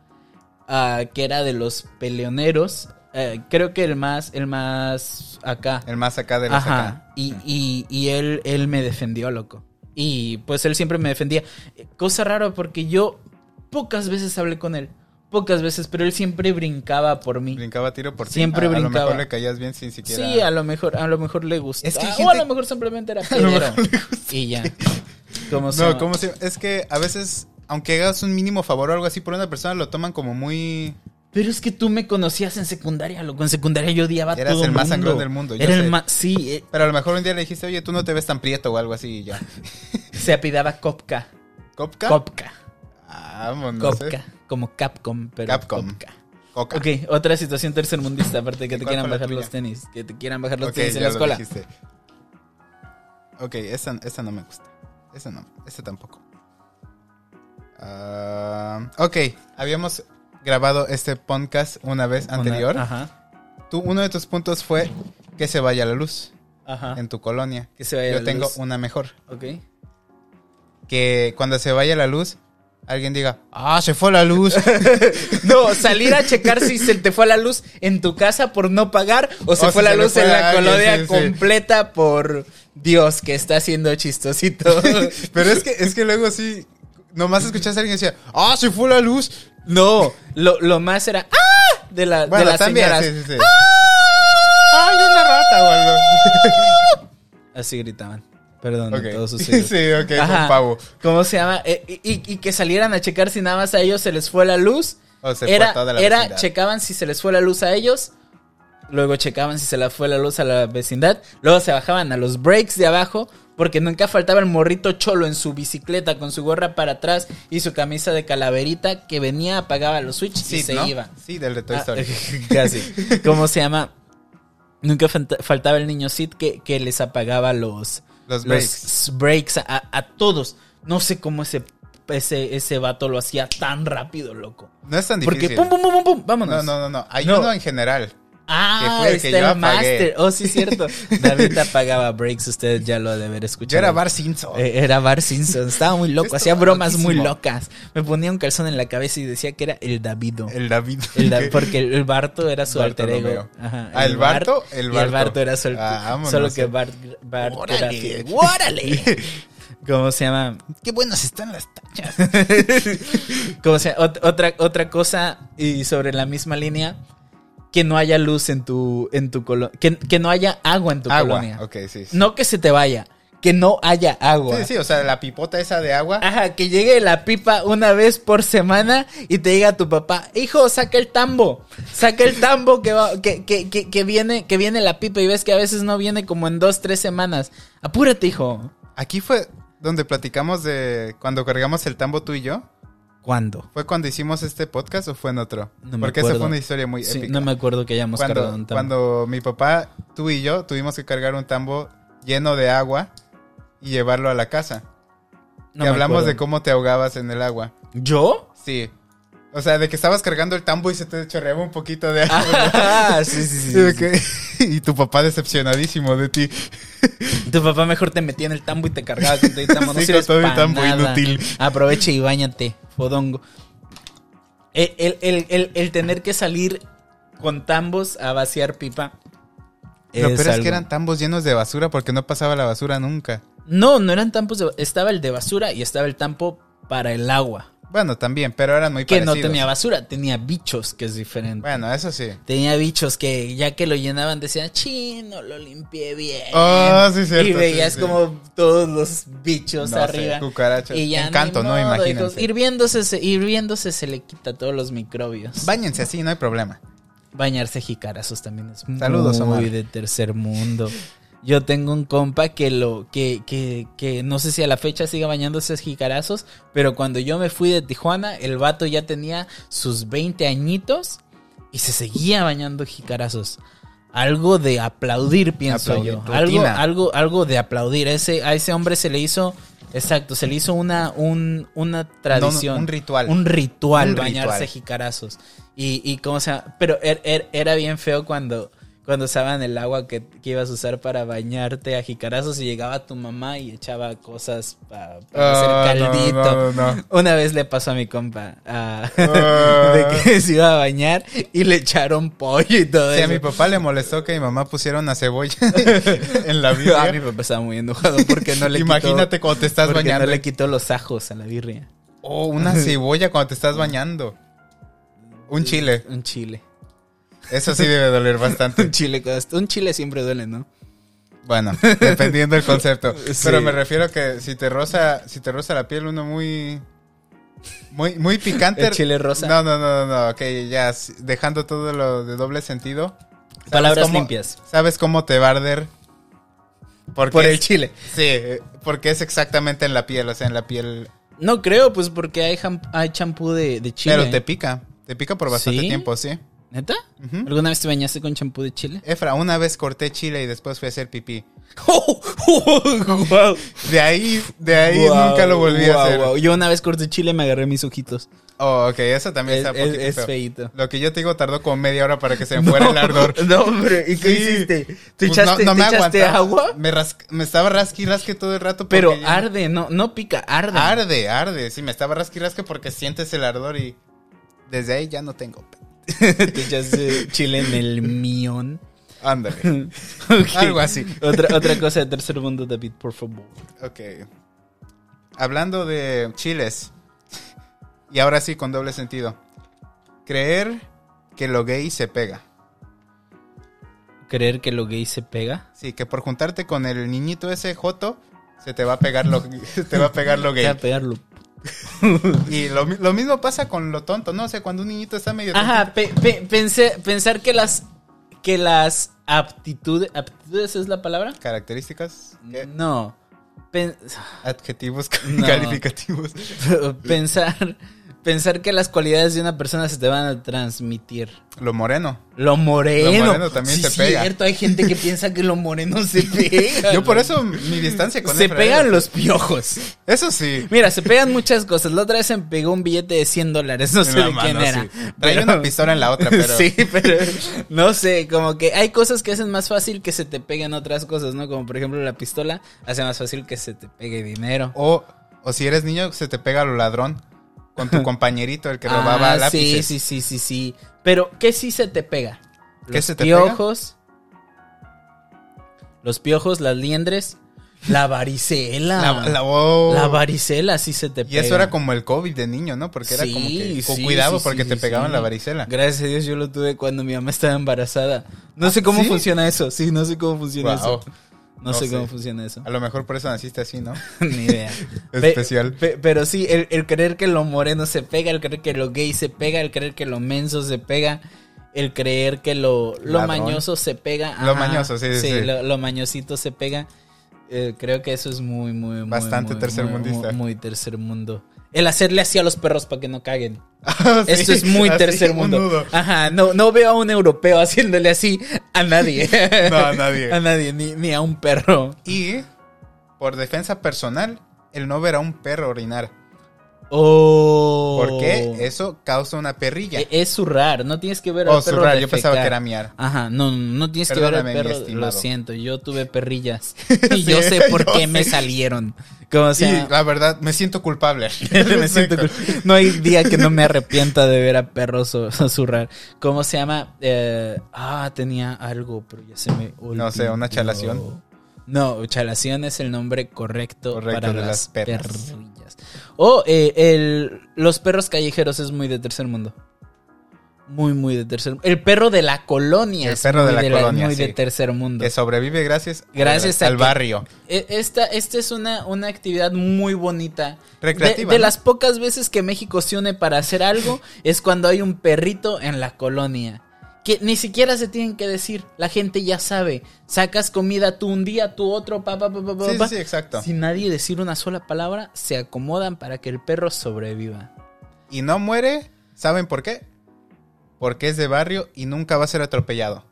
S1: ah, que era de los peleoneros. eh, creo que el más, el más acá.
S2: El más acá de los
S1: Ajá.
S2: acá.
S1: Y, y- y él, él me defendió, loco. Y pues él siempre me defendía. Eh, Cosa rara porque yo pocas veces hablé con él. Pocas veces, pero él siempre brincaba por mí.
S2: Brincaba tiro por ti.
S1: Siempre
S2: A- a,
S1: brincaba.
S2: lo mejor le caías bien sin siquiera.
S1: Sí, a lo mejor, a lo mejor le gustaba.
S2: Es que hay
S1: O a
S2: gente-
S1: lo mejor simplemente era
S2: lo
S1: pedero. Y ya. Como se
S2: No,
S1: llama?
S2: ¿cómo se Es que a veces, aunque hagas un mínimo favor o algo así por una persona, lo toman como muy.
S1: Pero es que tú me conocías en secundaria, loco. En secundaria yo odiaba a
S2: Eras
S1: todo
S2: el más
S1: mundo.
S2: sangrón del mundo, yo
S1: Era el
S2: sé.
S1: más. Sí, eh,
S2: Pero a lo mejor un día le dijiste, oye, tú no te ves tan prieto o algo así y ya.
S1: se apidaba Copca.
S2: ¿Copca?
S1: Copca.
S2: Vámonos.
S1: Copca.
S2: eh.
S1: Como Capcom, pero
S2: Capcom.
S1: Copca.
S2: Coca.
S1: Ok, otra situación tercermundista, aparte de que te
S2: ¿Cuál
S1: quieran
S2: fue la
S1: bajar
S2: tuya?
S1: los tenis, que te quieran bajar los
S2: Ok,
S1: tenis en
S2: ya
S1: la
S2: lo
S1: escuela.
S2: dijiste. Ok, esa, esa no me gusta. Ese no, ese tampoco. Ah, ok, habíamos grabado este podcast una vez anterior.
S1: Una- ah. ajá.
S2: Tú, uno de tus puntos fue que se vaya la luz
S1: Ajá.
S2: en tu colonia.
S1: Que se Ah. vaya
S2: Yo
S1: la
S2: tengo
S1: luz.
S2: una mejor.
S1: Ok.
S2: Que cuando se vaya la luz, alguien diga, ah, se fue la luz.
S1: No, salir a checar si se te fue la luz en tu casa por no pagar o se
S2: O
S1: fue
S2: si
S1: la
S2: se le
S1: luz
S2: fue
S1: en
S2: a
S1: la
S2: alguien,
S1: colonia
S2: sí, sí.
S1: completa por Dios que está siendo chistosito.
S2: Pero es que, es que luego sí, nomás escuchas a alguien decir, ah, se fue la luz.
S1: No, lo, lo más era ¡Ah! de la
S2: Bueno,
S1: de las
S2: también,
S1: señoras. ¡Ah!
S2: sí, sí, sí. ¡Ay, una rata o algo!
S1: Así gritaban. Perdón,
S2: Ok.
S1: todos ustedes.
S2: Sí, ok, fue un
S1: Ajá.
S2: pavo.
S1: ¿Cómo se llama? Eh, y, y- y que salieran a checar si nada más a ellos se les fue la luz.
S2: O se fue
S1: era,
S2: toda la
S1: era
S2: vecindad.
S1: checaban si se les fue la luz a ellos. Luego checaban si se la fue la luz a la vecindad. Luego se bajaban a los breaks de abajo. Porque nunca faltaba el morrito cholo en su bicicleta con su gorra para atrás y su camisa de calaverita que venía, apagaba los switches y
S2: Sí,
S1: se
S2: ¿no?
S1: iba.
S2: Sí, del de Toy
S1: Ah,
S2: Story.
S1: Casi. ¿Cómo se llama? Nunca fant- faltaba el niño Sid que, que les apagaba los,
S2: Los
S1: s- breaks a, a- a todos. No sé cómo ese, ese, ese vato lo hacía tan rápido, loco.
S2: No es tan
S1: Porque
S2: difícil.
S1: pum, pum, pum, pum, pum,
S2: No,
S1: vámonos.
S2: no, no, no. Hay
S1: No.
S2: uno en general. que
S1: Ah,
S2: fue el que
S1: está
S2: yo
S1: el
S2: apagué.
S1: master. Oh, sí, cierto. David apagaba breaks, ustedes ya lo han de haber escuchado.
S2: Yo era Bar Simpson.
S1: Eh, Era Bar Simpson, estaba muy loco,
S2: Esto
S1: hacía
S2: está
S1: bromas muy
S2: loquísimo.
S1: locas. Me ponía un calzón en la cabeza y decía que era el Davido.
S2: el David.
S1: El da- porque el, el Barto era su
S2: Barto
S1: alter ego.
S2: Romeo.
S1: Ajá,
S2: Ah, ¿el
S1: Bart
S2: Barto? El
S1: Y el
S2: Barto.
S1: Barto era su alter
S2: Ah, vámonos.
S1: Solo que Bart, Bart era
S2: Órale,
S1: así, ¡Órale! ¿Cómo se llama?
S2: Qué buenas están las tachas.
S1: ¿Cómo se llama? Ot- otra, otra cosa y sobre la misma línea. Que no haya luz en tu, en tu colonia. Que, que no haya agua en tu
S2: Agua.
S1: colonia.
S2: Ok, sí. sí.
S1: No que se te vaya. Que no haya agua. Ah.
S2: Sí, sí, o sea, la pipota esa de agua.
S1: Ajá, que llegue la pipa una vez por semana y te diga tu papá, hijo, saca el tambo, saca el tambo que, va- que, que- que- que viene, que viene la pipa y ves que a veces no viene como en dos, tres semanas. Apúrate, hijo.
S2: Aquí fue donde platicamos de cuando cargamos el tambo tú y yo.
S1: ¿Cuándo?
S2: ¿Fue cuando hicimos este podcast o fue en otro?
S1: No me
S2: Porque esa
S1: acuerdo.
S2: fue una historia muy
S1: Sí,
S2: épica.
S1: no me acuerdo que hayamos cargado
S2: cuando,
S1: un tambo.
S2: cuando mi papá, tú y yo tuvimos que cargar un tambo lleno de agua y llevarlo a la casa.
S1: No
S2: y
S1: me
S2: hablamos
S1: acuerdo.
S2: de cómo te ahogabas en el agua.
S1: ¿Yo?
S2: Sí. O sea, de que estabas cargando el tambo y se te chorreaba un poquito de agua.
S1: Ah, sí, sí, sí,
S2: Y de
S1: sí,
S2: que- y tu papá decepcionadísimo de ti.
S1: sí. Tu papá mejor te metía en el tambo y te cargaba con todo el tambo. No
S2: Sí,
S1: sirves
S2: con todo y
S1: pa'
S2: tambo,
S1: nada.
S2: inútil.
S1: Aprovecha y bañate, fodongo. El, el- el- el- el tener que salir con tambos a vaciar pipa.
S2: Lo
S1: es
S2: peor es
S1: algo-
S2: que eran tambos llenos de basura porque no pasaba la basura nunca.
S1: No, no eran tampos. de- estaba el de basura y estaba el tampo para el agua.
S2: Bueno, también, pero eran muy
S1: Que
S2: parecidos.
S1: no tenía basura, tenía bichos, que es diferente.
S2: Bueno, eso sí.
S1: Tenía bichos que ya que lo llenaban decían, chino, lo limpié bien.
S2: Ah, sí, cierto,
S1: Y veías
S2: sí, sí.
S1: como todos los bichos
S2: No sé,
S1: arriba.
S2: cucarachas.
S1: Y ya
S2: Encanto,
S1: ni
S2: ¿no?
S1: modo,
S2: Imagínense.
S1: hijos. Hirviéndose, se- hirviéndose se le quita todos los microbios.
S2: Báñense así, no hay problema.
S1: Bañarse jicarazos también es
S2: Saludos,
S1: muy
S2: Omar.
S1: de tercer mundo. Yo tengo un compa que lo que, que, que no sé si a la fecha siga bañándose jicarazos, pero cuando yo me fui de Tijuana, el vato ya tenía sus 20 añitos y se seguía bañando jicarazos. Algo de aplaudir, pienso
S2: Aplaudir,
S1: yo. Algo,
S2: rutina.
S1: algo, algo de aplaudir. A ese, a ese hombre se le hizo, exacto, se le hizo una, un- una tradición.
S2: un ritual.
S1: Un ritual,
S2: Un
S1: bañarse
S2: ritual.
S1: jicarazos. Y, y cómo se llama? Pero er- er- era bien feo cuando, cuando usaban el agua que, que ibas a usar para bañarte a jicarazos y llegaba tu mamá y echaba cosas pa- para
S2: Ah,
S1: hacer
S2: no,
S1: caldito.
S2: no, no, no.
S1: Una vez le pasó a mi compa ah,
S2: Ah.
S1: de que se iba a bañar y le echaron pollo y todo
S2: Sí, a
S1: eso.
S2: mi papá le molestó que mi mamá pusiera una cebolla en la
S1: Ah, mi
S2: vida.
S1: papá estaba muy enojado porque no le quitó-
S2: Imagínate cuando te estás
S1: porque
S2: bañando.
S1: no le quitó los ajos a la birria.
S2: Oh, una cebolla cuando te estás bañando. Un chile.
S1: Un chile.
S2: Eso sí debe doler bastante.
S1: Un chile, cuando- un chile siempre duele, ¿no?
S2: Bueno, dependiendo del concepto.
S1: Sí.
S2: Pero me refiero que si te roza, si te roza la piel uno muy muy muy picante.
S1: El chile rosa.
S2: No, no, no, no, no, ok, ya s- dejando todo lo de doble sentido. ¿sabes
S1: Palabras
S2: cómo-
S1: limpias.
S2: ¿Sabes cómo te va a arder? Porque
S1: Por el
S2: es-
S1: chile.
S2: Sí, eh, porque es exactamente en la piel, o sea, en la piel.
S1: No creo, pues porque hay, jam- hay champú de, de chile.
S2: Pero te pica, te pica por bastante
S1: ¿Sí?
S2: tiempo, sí.
S1: ¿Neta?
S2: Ujú.
S1: ¿Alguna vez te bañaste con champú de chile?
S2: Efra, una vez corté chile y después fui a hacer pipí.
S1: Guau.
S2: De ahí, de Oh, ahí
S1: Guau,
S2: nunca lo volví a
S1: guau,
S2: hacer.
S1: guau. Yo una vez corté chile y me agarré mis ojitos.
S2: Oh, ok, eso también
S1: Es,
S2: está
S1: es-
S2: poquito
S1: es
S2: feo.
S1: feíto.
S2: Lo que yo te digo tardó como media hora para que se me fuera el ardor.
S1: No, hombre, ¿y qué
S2: Sí.
S1: hiciste? ¿Te
S2: Pues
S1: echaste,
S2: no, no
S1: te
S2: me
S1: echaste
S2: aguantaba.
S1: agua?
S2: Me, rasca- me estaba rasqui rasque todo el rato. porque
S1: Pero
S2: yo-
S1: arde, no, no pica, arde.
S2: Arde, arde. Sí, me estaba rasqui rasque porque sientes el ardor y desde ahí ya no tengo. pe-
S1: Te echaste chile en el mión.
S2: Ándale.
S1: Ok.
S2: Algo así.
S1: Otra, otra cosa de tercer mundo, David, por favor.
S2: Ok. Hablando de chiles. Y ahora sí, con doble sentido. Creer que lo gay se pega.
S1: ¿Creer que lo gay se pega?
S2: Sí, que por juntarte con el niñito ese joto, se te va a pegar lo, se te va a pegar lo
S1: Te va a
S2: gay.
S1: pegarlo. pues.
S2: Y lo, mi- lo mismo pasa con lo tonto, ¿no? O sea, cuando un niñito está medio...
S1: Ajá, pe- pe- pensé, pensar que las, que las aptitudes... ¿Aptitudes es la palabra?
S2: tontito. Características, ¿qué?
S1: No. Pen-
S2: adjetivos,
S1: No.
S2: calificativos.
S1: pensar, pensar que las cualidades de una persona se te van a transmitir.
S2: Lo moreno.
S1: Lo moreno.
S2: Lo moreno también
S1: Sí,
S2: se pega.
S1: cierto, hay gente que piensa que lo moreno se pega.
S2: Yo por eso mi distancia con
S1: Se
S2: Efraín-
S1: pegan los piojos.
S2: Eso sí.
S1: Mira, se pegan muchas cosas. La otra vez se me pegó un billete de 100 dólares. No
S2: en
S1: sé
S2: la
S1: de
S2: mano,
S1: quién era.
S2: sí. Traía una pistola en la otra, pero...
S1: Sí, pero no sé, como que hay cosas que hacen más fácil que se te peguen otras cosas, ¿no? Como por ejemplo la pistola hace más fácil que se te pegue dinero.
S2: O, o si eres niño, se te pega lo ladrón con tu compañerito, el que robaba
S1: Ah,
S2: lápices.
S1: Sí, sí, sí, sí, sí. Pero, ¿qué sí se te pega?
S2: ¿Qué se te
S1: piojos, Los piojos, las liendres, la varicela.
S2: La,
S1: La,
S2: la- oh.
S1: varicela sí se te
S2: y
S1: pega.
S2: eso era como el COVID de niño, ¿no? Porque era como que
S1: Sí,
S2: con
S1: sí,
S2: cuidado
S1: sí,
S2: porque
S1: sí,
S2: te
S1: sí,
S2: pegaban
S1: sí.
S2: la varicela.
S1: Gracias a Dios yo lo tuve cuando mi mamá estaba embarazada. No sé cómo
S2: Ah, ¿sí?
S1: funciona eso. Sí, no sé cómo funciona
S2: Wow.
S1: eso. No,
S2: No
S1: sé,
S2: sé.
S1: cómo funciona eso.
S2: A lo mejor por eso naciste así, ¿no?
S1: Ni idea. Pe-
S2: Especial.
S1: pe- pero sí, el, el creer que lo moreno se pega, el creer que lo gay se pega, el creer que lo menso se pega, el creer que lo, lo
S2: Ladrón.
S1: mañoso se pega.
S2: Lo mañoso, sí, sí, sí.
S1: Lo, lo mañosito se pega. Eh, creo que eso es muy, muy, muy,
S2: Bastante
S1: muy,
S2: tercermundista.
S1: Muy, muy, muy tercer mundo. El hacerle así a los perros para que no caguen.
S2: Sí,
S1: Esto es muy
S2: así,
S1: tercer
S2: un
S1: mundo.
S2: nudo.
S1: Ajá, no, no veo a un europeo haciéndole así a nadie.
S2: No, a nadie.
S1: a nadie, ni, ni a un perro.
S2: Y por defensa personal, el no ver a un perro orinar.
S1: Oh.
S2: Porque eso causa una perrilla.
S1: E- Es zurrar, no tienes que ver al
S2: o
S1: perro
S2: Oh, zurrar, yo pensaba
S1: defecar.
S2: que era miar.
S1: Ajá, no, no, no tienes que ver al
S2: Perdóname, mi
S1: perro. Lo
S2: estimado.
S1: siento, yo tuve perrillas. Y yo sé por
S2: yo
S1: qué
S2: sé.
S1: me salieron. Como sea,
S2: y la verdad, me siento culpable.
S1: me siento cul- No hay día que no me arrepienta de ver a perros o- o zurrar. ¿Cómo se llama? Eh, ah, tenía algo, pero ya se me olvidó.
S2: No sé, una chalación.
S1: No, chalación es el nombre correcto,
S2: Correcto
S1: para
S2: de
S1: las,
S2: las perras.
S1: perrillas. O eh, el, los perros callejeros es muy de tercer mundo. Muy, muy de tercer mundo. El perro de la colonia.
S2: El
S1: es
S2: culpable. perro de
S1: muy
S2: la colonia.
S1: muy de
S2: sí,
S1: tercer mundo.
S2: que sobrevive gracias,
S1: Gracias a
S2: al
S1: que-
S2: barrio.
S1: E- Esta, esta es una, una actividad muy bonita.
S2: Recreativa,
S1: De, de
S2: ¿no?
S1: las pocas veces que México se une para hacer algo es cuando hay un perrito en la colonia. Que ni siquiera se tienen que decir, la gente ya sabe. Sacas comida tú un día, tú otro, pa, pa, pa, pa, pa,
S2: Sí, sí,
S1: pa.
S2: sí, exacto.
S1: Sin nadie decir una sola palabra, se acomodan para que el perro sobreviva.
S2: Y no muere, ¿saben por qué? Porque es de barrio y nunca va a ser atropellado.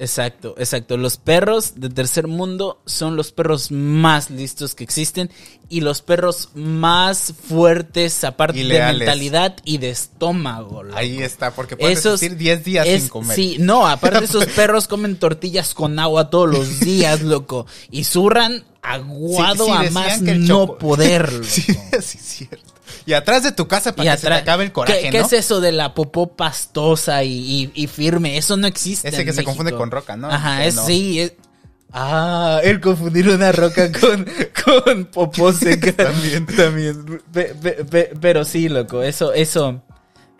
S1: Exacto, exacto. Los perros de tercer mundo son los perros más listos que existen y los perros más fuertes, aparte
S2: Y
S1: de
S2: leales.
S1: mentalidad y de estómago. loco.
S2: Ahí está, porque puedes
S1: Esos-
S2: resistir 10 días
S1: Es-
S2: sin comer.
S1: Sí, no, aparte esos perros comen tortillas con agua todos los días, loco. Y zurran aguado
S2: Sí, sí,
S1: a
S2: decían
S1: más
S2: que el
S1: no
S2: choco-
S1: poder, loco.
S2: Sí, sí, es cierto. Y atrás de tu casa para que se te
S1: atrás-
S2: acabe el coraje,
S1: ¿Qué, qué
S2: ¿no?
S1: es eso de la popó pastosa y, y- y firme? Eso no existe.
S2: Ese
S1: en
S2: que se
S1: México.
S2: confunde con roca, ¿no?
S1: Ajá,
S2: Que
S1: es,
S2: no.
S1: sí. es- Ah, el confundir una roca con, con popó seca.
S2: También.
S1: también. Pe- pe- pe- pero sí, loco, eso, eso.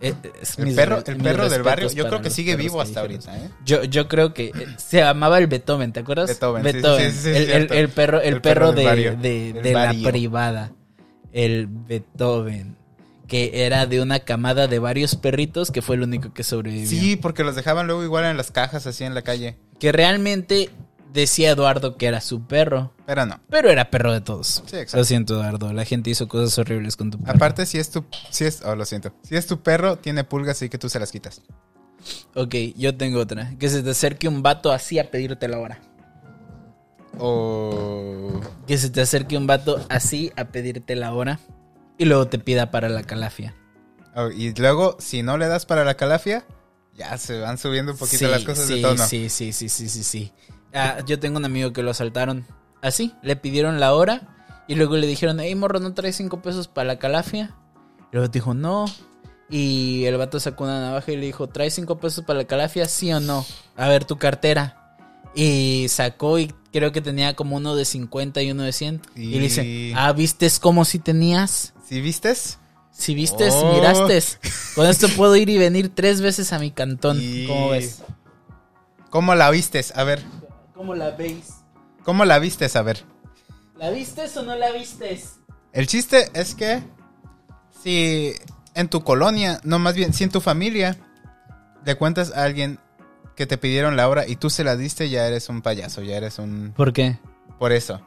S1: eh, es
S2: El
S1: mis
S2: perro,
S1: re-
S2: el
S1: mis
S2: perro del
S1: respetos
S2: barrio, yo
S1: para
S2: creo que
S1: los
S2: sigue
S1: perros
S2: vivo hasta
S1: callejeros.
S2: ahorita, ¿eh?
S1: Yo, yo creo que eh, se llamaba el Beethoven, ¿te acuerdas?
S2: Beethoven, sí, sí, sí, sí,
S1: el, el-
S2: cierto.
S1: el perro, el
S2: El
S1: perro de,
S2: perro del barrio,
S1: de-
S2: el
S1: de la
S2: barrio.
S1: privada. El Beethoven. Que era de una camada de varios perritos que fue el único que sobrevivió.
S2: Sí, porque los dejaban luego igual en las cajas así en la calle.
S1: Que realmente decía Eduardo que era su perro.
S2: Pero no.
S1: Pero era perro de todos.
S2: Sí, exacto. Ah.
S1: Lo siento, Eduardo. La gente hizo cosas horribles con tu perro.
S2: Aparte, si es tu. Si es, oh, lo siento. Si es tu perro, tiene pulgas, así que tú se las quitas.
S1: Ok, yo tengo otra. Que se te acerque un vato así a pedirte la hora.
S2: O.
S1: Que se te acerque un vato así a pedirte la hora y luego te pida para la calafia.
S2: o- Y luego, si no le das para la calafia, ya se van subiendo un poquito
S1: Sí,
S2: las cosas
S1: sí,
S2: de tono.
S1: Sí, sí, sí, sí, sí, sí. Ah, yo tengo un amigo que lo asaltaron así, le pidieron la hora y luego le dijeron, hey morro, ¿no traes cinco pesos para la calafia? Y luego dijo, no. Y el vato sacó una navaja y le dijo, ¿traes cinco pesos para la calafia? ¿Sí o no? A ver tu cartera. Y sacó y creo que tenía como uno de 50 y uno de 100. Y, le dice,
S2: Y-
S1: ah, ¿vistes como si tenías?
S2: ¿Sí vistes?
S1: Si vistes,
S2: Oh.
S1: miraste. Con esto puedo ir y venir tres veces a mi cantón. ¿Cómo
S2: Y-
S1: ves?
S2: ¿Cómo la vistes? A ver.
S1: ¿Cómo la veis?
S2: ¿Cómo la vistes? A ver.
S1: ¿La vistes o no la vistes?
S2: El chiste es que si en tu colonia, no más bien, si en tu familia le cuentas a alguien que te pidieron la hora y tú se la diste, ya eres un payaso, ya eres un...
S1: ¿Por qué?
S2: Por eso,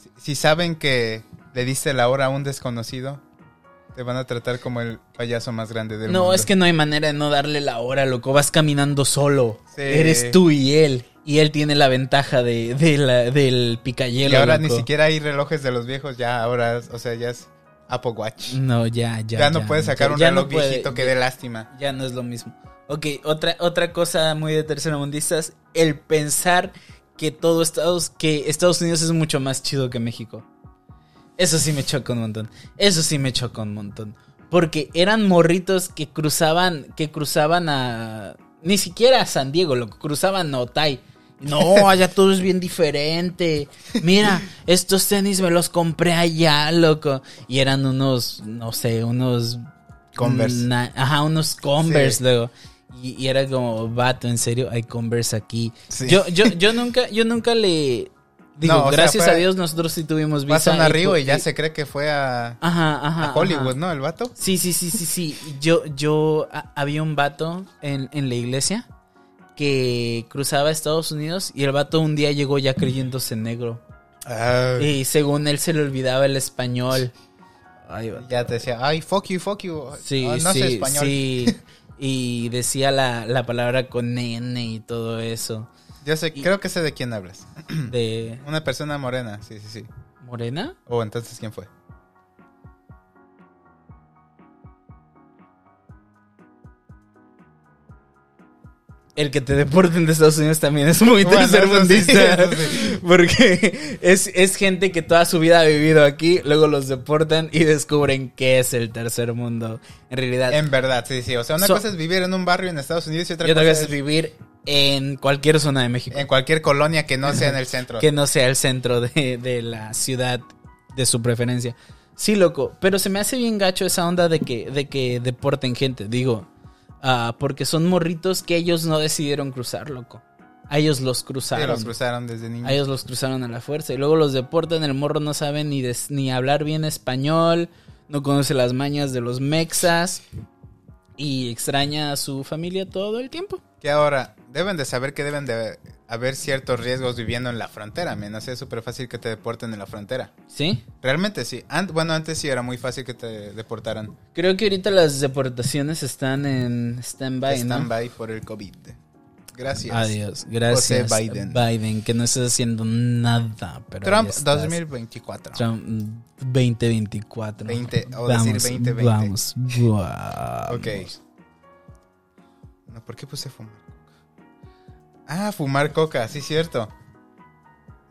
S2: si, si saben que le diste la hora a un desconocido, te van a tratar como el payaso más grande del mundo.
S1: No, es que no hay manera de no darle la hora, loco. Vas caminando solo.
S2: Sí.
S1: Eres tú y él. Y él tiene la ventaja de, de la- del picayelo.
S2: Y ahora ni
S1: loco.
S2: siquiera hay relojes de los viejos, ya ahora, o sea, ya es Apple Watch.
S1: No, ya, ya.
S2: Ya, no puedes sacar
S1: ya-
S2: un
S1: ya
S2: reloj
S1: no puede-
S2: viejito que dé lástima.
S1: Ya no es lo mismo. Ok, otra, otra cosa muy de tercermundistas, el pensar que todo Estados, que Estados Unidos es mucho más chido que México. Eso sí me choca un montón. Eso sí me choca un montón. Porque eran morritos que cruzaban, que cruzaban a. Ni siquiera a San Diego, lo cruzaban a Otay. No, allá todo es bien diferente. Mira, estos tenis me los compré allá, loco. Y eran unos, no sé, unos
S2: Converse.
S1: na- ajá, unos Converse
S2: Sí.
S1: luego. Y, y era como, vato, en serio, hay Converse aquí.
S2: Sí.
S1: Yo, yo, yo nunca, yo nunca le digo,
S2: No, o sea,
S1: gracias
S2: fue-
S1: a Dios nosotros sí tuvimos visa.
S2: Pasan arriba y ya
S1: y-
S2: se cree que fue a,
S1: Ajá, ajá.
S2: a Hollywood,
S1: ajá.
S2: ¿no? El vato.
S1: Sí, sí, sí, sí, sí. Yo, yo a- había un vato en, en la iglesia que cruzaba Estados Unidos y el vato un día llegó ya creyéndose negro.
S2: Ah,
S1: Y según él se le olvidaba el español. Ay, vato.
S2: ya te decía, ay, fuck you, fuck you.
S1: Sí,
S2: Ah, no
S1: sí,
S2: sé español.
S1: sí. Y decía la, la palabra con N y todo eso.
S2: Yo sé,
S1: Y-
S2: creo que sé de quién hablas.
S1: De
S2: Una persona morena, sí, sí, sí.
S1: Morena.
S2: O entonces, ¿quién fue?
S1: El que te deporten de Estados Unidos también es muy
S2: Bueno, eso sí,
S1: tercermundista.
S2: eso sí.
S1: Porque es, es gente que toda su vida ha vivido aquí, luego los deportan y descubren qué es el tercer mundo. En realidad,
S2: En verdad, sí, sí. O sea, una
S1: So-
S2: cosa es vivir en un barrio en Estados Unidos y otra
S1: yo
S2: cosa
S1: tengo
S2: es
S1: que vivir en cualquier zona de México
S2: en cualquier colonia que no sea en el centro.
S1: que no sea el centro de, de la ciudad de su preferencia. Sí, loco, pero se me hace bien gacho esa onda de que, de que deporten gente, digo, ah, porque son morritos que ellos no decidieron cruzar, loco. A ellos los
S2: Sí,
S1: cruzaron.
S2: los cruzaron desde niños.
S1: A ellos los cruzaron a la fuerza. Y luego los deportan, el morro no sabe ni, des- ni hablar bien español, no conoce las mañas de los mexas y extraña a su familia todo el tiempo.
S2: Que ahora deben de saber que deben de haber ciertos riesgos viviendo en la frontera. menos es súper fácil que te deporten en la frontera.
S1: ¿Sí?
S2: Realmente sí. Ant- bueno, antes sí era muy fácil que te deportaran.
S1: Creo que ahorita las deportaciones están en stand-by, ¿no?
S2: Stand-by por el COVID. Gracias.
S1: Adiós, gracias.
S2: José Biden.
S1: que no estás haciendo nada. Pero ahí
S2: Trump
S1: estás.
S2: 2024.
S1: Trump 2024.
S2: Veinte, o decir 2020.
S1: Vamos, vamos.
S2: Ok. No, ¿Por qué puse fumar? Ah, fumar coca, sí, cierto.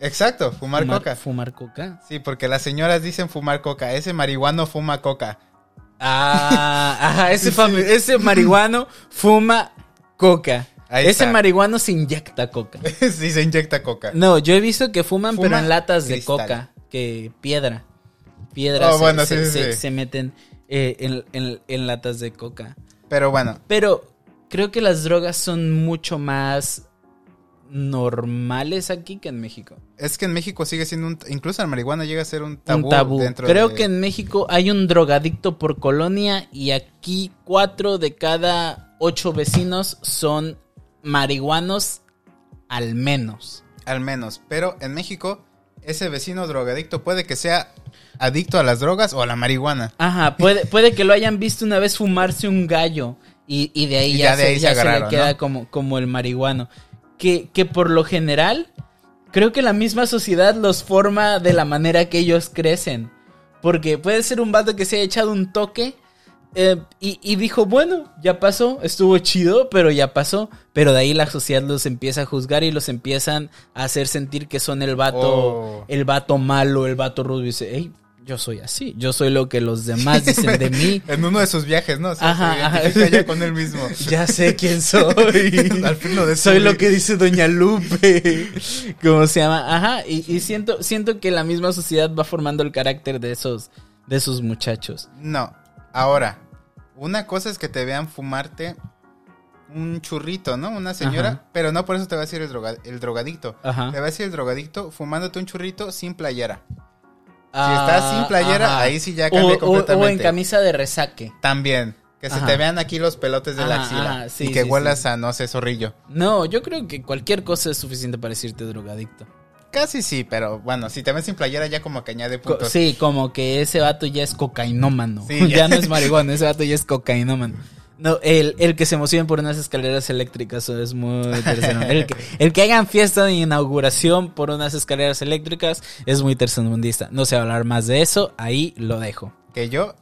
S2: Exacto, fumar,
S1: Fumar-
S2: coca.
S1: Fumar coca.
S2: Sí, porque las señoras dicen fumar coca. Ese marihuano fuma coca.
S1: Ah, ajá, ese, fami- ese marihuano fuma coca.
S2: Ahí
S1: ese
S2: está.
S1: marihuano se inyecta coca.
S2: sí, se inyecta coca.
S1: No, yo he visto que fuman,
S2: Fuma
S1: pero en latas de
S2: cristal.
S1: coca, que piedra. Piedra
S2: Oh,
S1: se,
S2: bueno,
S1: se-
S2: sí, sí,
S1: se-
S2: sí.
S1: se meten eh, en- en- en latas de coca.
S2: Pero bueno,
S1: Pero creo que las drogas son mucho más normales aquí que en México.
S2: es que en México sigue siendo un... Incluso la marihuana llega a ser un tabú,
S1: un tabú.
S2: dentro
S1: Creo
S2: de-
S1: que en México hay un drogadicto por colonia y aquí cuatro de cada ocho vecinos son marihuanos al menos.
S2: Al menos. Pero en México, ese vecino drogadicto puede que sea adicto a las drogas o a la marihuana.
S1: Ajá, puede, puede que lo hayan visto una vez fumarse un gallo y, y de ahí
S2: Y
S1: ya,
S2: ya de
S1: se,
S2: ahí se
S1: ya se le
S2: agarraron,
S1: queda
S2: ¿no?
S1: como, como el marihuano. Que, que por lo general Creo que la misma sociedad los forma de la manera que ellos crecen. Porque puede ser un vato que se haya echado un toque eh, y, y dijo, bueno, ya pasó, estuvo chido, pero ya pasó. Pero de ahí la sociedad los empieza a juzgar y los empiezan a hacer sentir que son el vato,
S2: Oh.
S1: el vato malo, el vato rudo. Y dice, hey, yo soy así, yo soy lo que los demás dicen de mí.
S2: En uno de sus viajes, ¿no? O sea,
S1: Ajá,
S2: se
S1: ajá.
S2: identifica ya con él mismo.
S1: Ya sé quién soy.
S2: Al fin lo descubrí.
S1: soy lo que dice Doña Lupe. ¿Cómo se llama? Ajá. Y, y siento, siento que la misma sociedad va formando el carácter de esos, de esos muchachos.
S2: No. Ahora, una cosa es que te vean fumarte un churrito, ¿no? Una señora,
S1: Ajá.
S2: pero no por eso te va a decir el, droga- el drogadicto.
S1: Ajá.
S2: Te va a decir el drogadicto fumándote un churrito sin playera. si
S1: Ah,
S2: estás sin playera,
S1: ajá.
S2: ahí sí ya
S1: O-
S2: cambia
S1: o,
S2: completamente.
S1: o en camisa de resaque.
S2: También. Que se
S1: Ajá.
S2: te vean aquí los pelotes de la
S1: Ajá,
S2: axila.
S1: ajá, sí,
S2: y que
S1: sí,
S2: huelas a, no sé, zorrillo.
S1: No, yo creo que cualquier cosa es suficiente para decirte drogadicto.
S2: Casi sí, pero bueno, si te ven sin playera ya como que añade
S1: Co-
S2: puntos.
S1: sí, como que ese vato ya es cocainómano.
S2: Sí,
S1: ya.
S2: ya.
S1: no es marihuana, ese vato ya es cocainómano. No, el, el que se emocione por unas escaleras eléctricas eso es muy tercero. El que, el que hagan fiesta de inauguración por unas escaleras eléctricas es muy tercermundista. No se va a hablar más de eso, ahí lo dejo.
S2: Que yo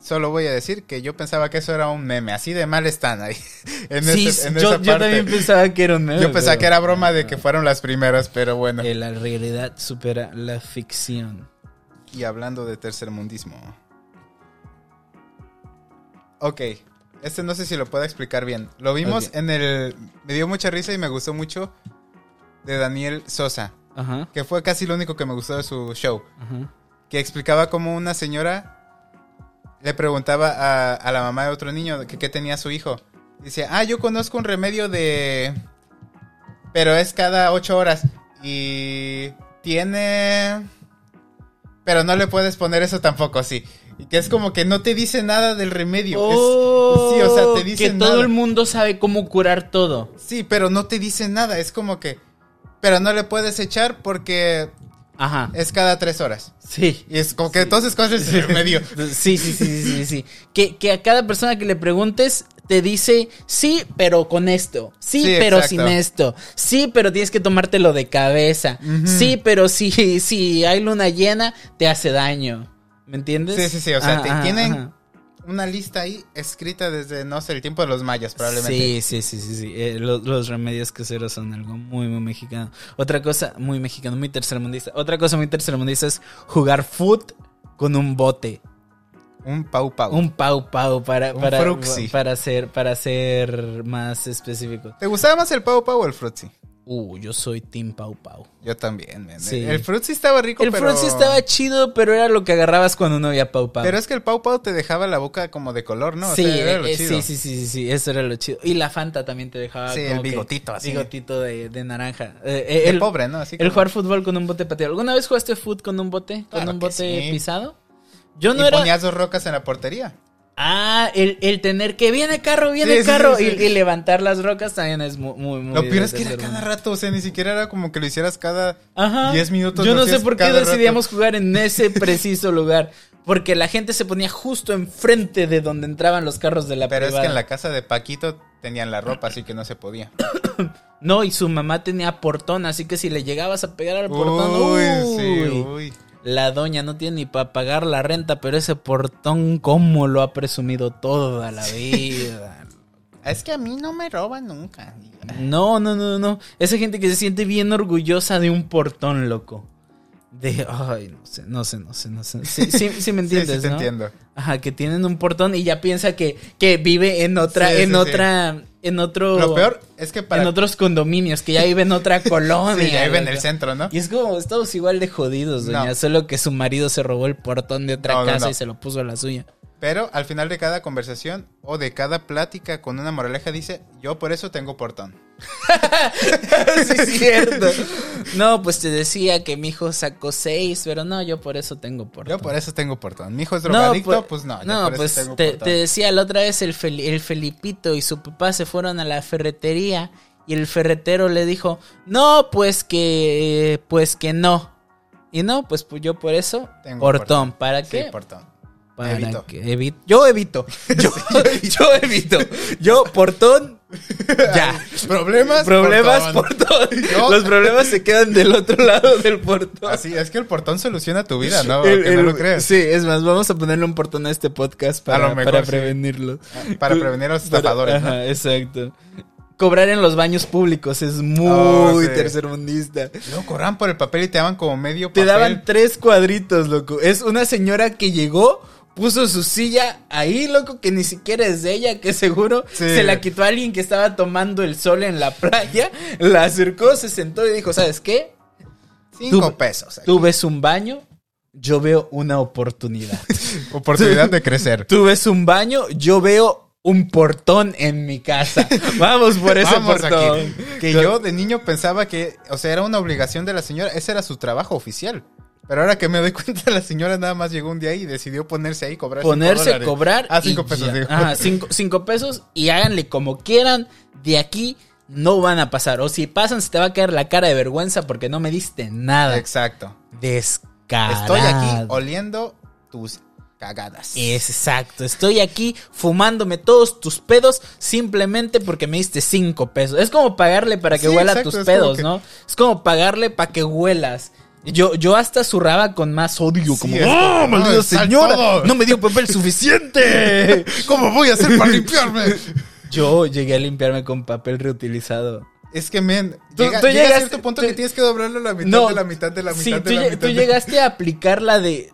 S2: solo voy a decir que yo pensaba que eso era un meme. Así de mal están ahí. En
S1: sí,
S2: ese- en
S1: yo,
S2: esa
S1: yo
S2: parte.
S1: también pensaba que era un meme,
S2: Yo pensaba
S1: pero-
S2: que era broma de que fueron las primeras, pero bueno.
S1: Eh, la realidad supera la ficción.
S2: Y hablando de tercermundismo. Ok. Este no sé si lo puedo explicar bien. Lo vimos
S1: Ok.
S2: en el. Me dio mucha risa y me gustó mucho. De Daniel Sosa.
S1: Ajá,
S2: Que fue casi lo único que me gustó de su show.
S1: ajá.
S2: Que explicaba cómo una señora le preguntaba a, a la mamá de otro niño que qué tenía su hijo. Dice, ah, yo conozco un remedio de... Pero es cada ocho horas. Y tiene... Pero no le puedes poner eso tampoco, sí. Y que es como que no te dice nada del remedio. Es- sí, o sea,
S1: Oh,
S2: te
S1: que
S2: dice
S1: todo
S2: nada.
S1: el mundo sabe cómo curar todo.
S2: Sí, pero no te dice nada. Es como que... Pero no le puedes echar porque
S1: Ajá.
S2: es cada tres horas.
S1: Sí.
S2: Y es como que entonces ¿cuál es el remedio.
S1: Sí, sí, sí, sí, sí, sí. Que, que a cada persona que le preguntes te dice, sí, pero con esto. Sí,
S2: Sí,
S1: pero
S2: exacto.
S1: sin esto. Sí, pero tienes que tomártelo de cabeza. Sí, pero si, si hay luna llena, te hace daño. ¿Me entiendes?
S2: Sí, sí, sí, o sea,
S1: Ajá,
S2: te
S1: ajá,
S2: tienen
S1: ajá.
S2: una lista ahí escrita desde, no sé, el tiempo de los mayas, probablemente.
S1: Sí, sí, sí, sí, sí. Eh, lo- los, remedios caseros son algo muy, muy mexicano. Otra cosa muy mexicano, muy tercermundista. Otra cosa muy tercermundista es jugar foot con un bote.
S2: Un pau pau.
S1: Un pau pau para,
S2: Un
S1: para,
S2: fruxi.
S1: para ser, para ser más específico.
S2: ¿Te gustaba más el pau pau o el frutzi?
S1: Uh, yo soy team pau pau.
S2: Yo también, man.
S1: Sí.
S2: El frutzi estaba rico,
S1: El
S2: pero...
S1: frutzi estaba chido, pero era lo que agarrabas cuando no había pau pau.
S2: Pero es que el pau pau te dejaba la boca como de color, ¿no? O
S1: sí,
S2: sea, era lo
S1: eh,
S2: chido.
S1: sí, sí, sí, sí, sí, eso era lo chido. Y la Fanta también te dejaba
S2: Sí, el
S1: como que
S2: bigotito, así.
S1: Bigotito de, de naranja. Eh, eh,
S2: De
S1: el,
S2: pobre, ¿no? Así
S1: el
S2: como-
S1: jugar fútbol con un bote pateado. ¿Alguna vez jugaste fútbol con un bote?
S2: Claro
S1: ¿Con un
S2: que
S1: bote
S2: sí.
S1: pisado? Yo no
S2: y
S1: era...
S2: ponías dos rocas en la portería.
S1: Ah, el, el tener que viene carro, viene
S2: Sí, sí,
S1: carro
S2: sí, sí.
S1: Y, y levantar las rocas también es muy, muy, muy
S2: Lo peor es que
S1: divertido,
S2: era cada
S1: hermano.
S2: rato, o sea, ni siquiera era como que lo hicieras cada
S1: Ajá.
S2: 10 minutos.
S1: Yo
S2: lo
S1: no sé
S2: hacías
S1: por qué
S2: cada rato.
S1: decidíamos jugar en ese preciso lugar. Porque la gente se ponía justo enfrente de donde entraban los carros de la
S2: Pero es que
S1: privada.
S2: en la casa de Paquito tenían la ropa, así que no se podía.
S1: No, y su mamá tenía portón, así que si le llegabas a pegar al portón,
S2: Uy, sí,
S1: uy,
S2: uy.
S1: la doña no tiene ni para pagar la renta, pero ese portón, ¿cómo lo ha presumido toda la vida?
S2: Es que a mí no me roban nunca.
S1: No, no, no, no. Esa gente que se siente bien orgullosa de un portón, loco. De, ay, no sé, no sé, no sé, no sé. Sí, sí, sí me
S2: Sí,
S1: entiendes,
S2: sí, te
S1: ¿no?
S2: entiendo.
S1: Ajá, que tienen un portón y ya piensa que, que vive en otra,
S2: Sí, sí,
S1: en
S2: sí.
S1: otra, en otro,
S2: Lo peor es que para...
S1: en otros condominios, que ya vive en otra colonia.
S2: Sí, ahí ven el
S1: loco.
S2: centro, ¿no?
S1: Y es como, estamos igual de jodidos, doña.
S2: No.
S1: Solo que su marido se robó el portón de otra
S2: No, no,
S1: casa
S2: no.
S1: y se lo puso a la suya.
S2: Pero al final de cada conversación o de cada plática con una moraleja dice, yo por eso tengo portón.
S1: sí, es cierto. No, pues te decía que mi hijo sacó seis, pero no, yo por eso tengo portón.
S2: Yo por eso tengo portón. Mi hijo es
S1: No,
S2: drogadicto,
S1: pues-
S2: pues, no. yo
S1: No,
S2: por eso
S1: pues
S2: tengo
S1: te,
S2: portón.
S1: te decía la otra vez, el, Fel- el Felipito y su papá se fueron a la ferretería y el ferretero le dijo, no, pues que, pues que no. Y no, pues, pues, yo por eso,
S2: Tengo
S1: portón.
S2: portón.
S1: ¿Para
S2: Sí,
S1: qué?
S2: portón.
S1: Para
S2: Evito.
S1: que evi- yo evito. Yo, yo evito. Yo, portón, Ya.
S2: Problemas.
S1: Problemas,
S2: portón.
S1: portón.
S2: Yo-
S1: Los problemas se quedan del otro lado del portón.
S2: Así es que el portón soluciona tu vida, ¿no?
S1: El-
S2: Que no
S1: el-
S2: lo creas.
S1: Sí, es más, vamos a ponerle un portón a este podcast para,
S2: A lo mejor,
S1: para
S2: sí.
S1: prevenirlo.
S2: ah, Para prevenir a los
S1: Para-
S2: estafadores, ¿no?
S1: ajá, exacto. Cobrar en los baños públicos es muy
S2: Oh, sí.
S1: tercermundista.
S2: Luego corran por el papel y te daban como medio
S1: Te
S2: papel.
S1: daban tres cuadritos, loco. Es una señora que llegó, puso su silla ahí, loco, que ni siquiera es de ella, que seguro
S2: Sí.
S1: se la quitó a alguien que estaba tomando el sol en la playa, la acercó, se sentó y dijo, ¿sabes qué?
S2: cinco
S1: tú-
S2: pesos. aquí.
S1: Tú ves un baño, yo veo una oportunidad.
S2: Oportunidad de crecer.
S1: Tú ves un baño, yo veo un portón en mi casa. Vamos por ese
S2: Vamos
S1: portón.
S2: aquí. Que yo de niño pensaba que, o sea, era una obligación de la señora, ese era su trabajo oficial. Pero ahora que me doy cuenta, la señora nada más llegó un día y decidió ponerse ahí y cobrar. cinco
S1: ponerse a
S2: dólares.
S1: cobrar.
S2: Ah,
S1: y
S2: cinco pesos,
S1: ya.
S2: digo.
S1: Ajá, cinco, cinco pesos y háganle como quieran. De aquí no van a pasar. O si pasan, se te va a caer la cara de vergüenza porque no me diste nada.
S2: Exacto.
S1: Descarado.
S2: Estoy aquí oliendo tus cagadas.
S1: Exacto, estoy aquí fumándome todos tus pedos simplemente porque me diste cinco pesos. Es como pagarle para que
S2: Sí,
S1: huela
S2: exacto,
S1: tus
S2: es como
S1: pedos,
S2: que-
S1: ¿no? Es como pagarle para que huelas. Yo, yo hasta zurraba con más odio,
S2: Sí,
S1: como,
S2: es
S1: ¡Oh,
S2: como,
S1: maldita
S2: "No, sal
S1: señora!
S2: todo".
S1: ¡No me dio papel suficiente!
S2: ¿Cómo voy a hacer para limpiarme?
S1: Yo llegué a limpiarme con papel reutilizado.
S2: Es que, men,
S1: Tú-
S2: llega,
S1: tú
S2: llega
S1: llegas-
S2: a cierto punto
S1: tú-
S2: que tienes que doblarlo la mitad
S1: No,
S2: de la mitad de la mitad
S1: sí,
S2: de
S1: tú,
S2: la
S1: lle-
S2: mitad.
S1: tú
S2: de-
S1: llegaste a aplicar la de.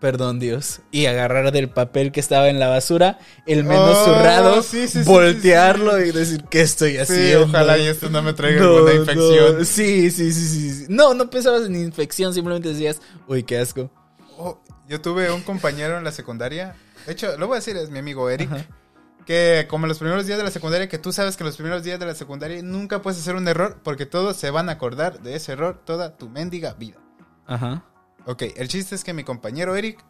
S1: Perdón, Dios. Y agarrar del papel que estaba en la basura, el menos
S2: Oh,
S1: zurrado,
S2: sí, sí, sí, sí,
S1: voltearlo y decir, ¿qué estoy
S2: Sí,
S1: haciendo?
S2: ojalá y esto no me traiga
S1: No,
S2: alguna
S1: no.
S2: infección.
S1: Sí, sí, sí, sí. sí. No, no pensabas en infección, simplemente decías, uy, qué asco.
S2: Oh, yo tuve un compañero en la secundaria. De hecho, lo voy a decir, es mi amigo Eric. Que como los primeros días de la secundaria, que tú sabes que los primeros días de la secundaria nunca puedes hacer un error porque todos se van a acordar de ese error toda tu mendiga vida.
S1: Ajá.
S2: Ok, el chiste es que mi compañero Eric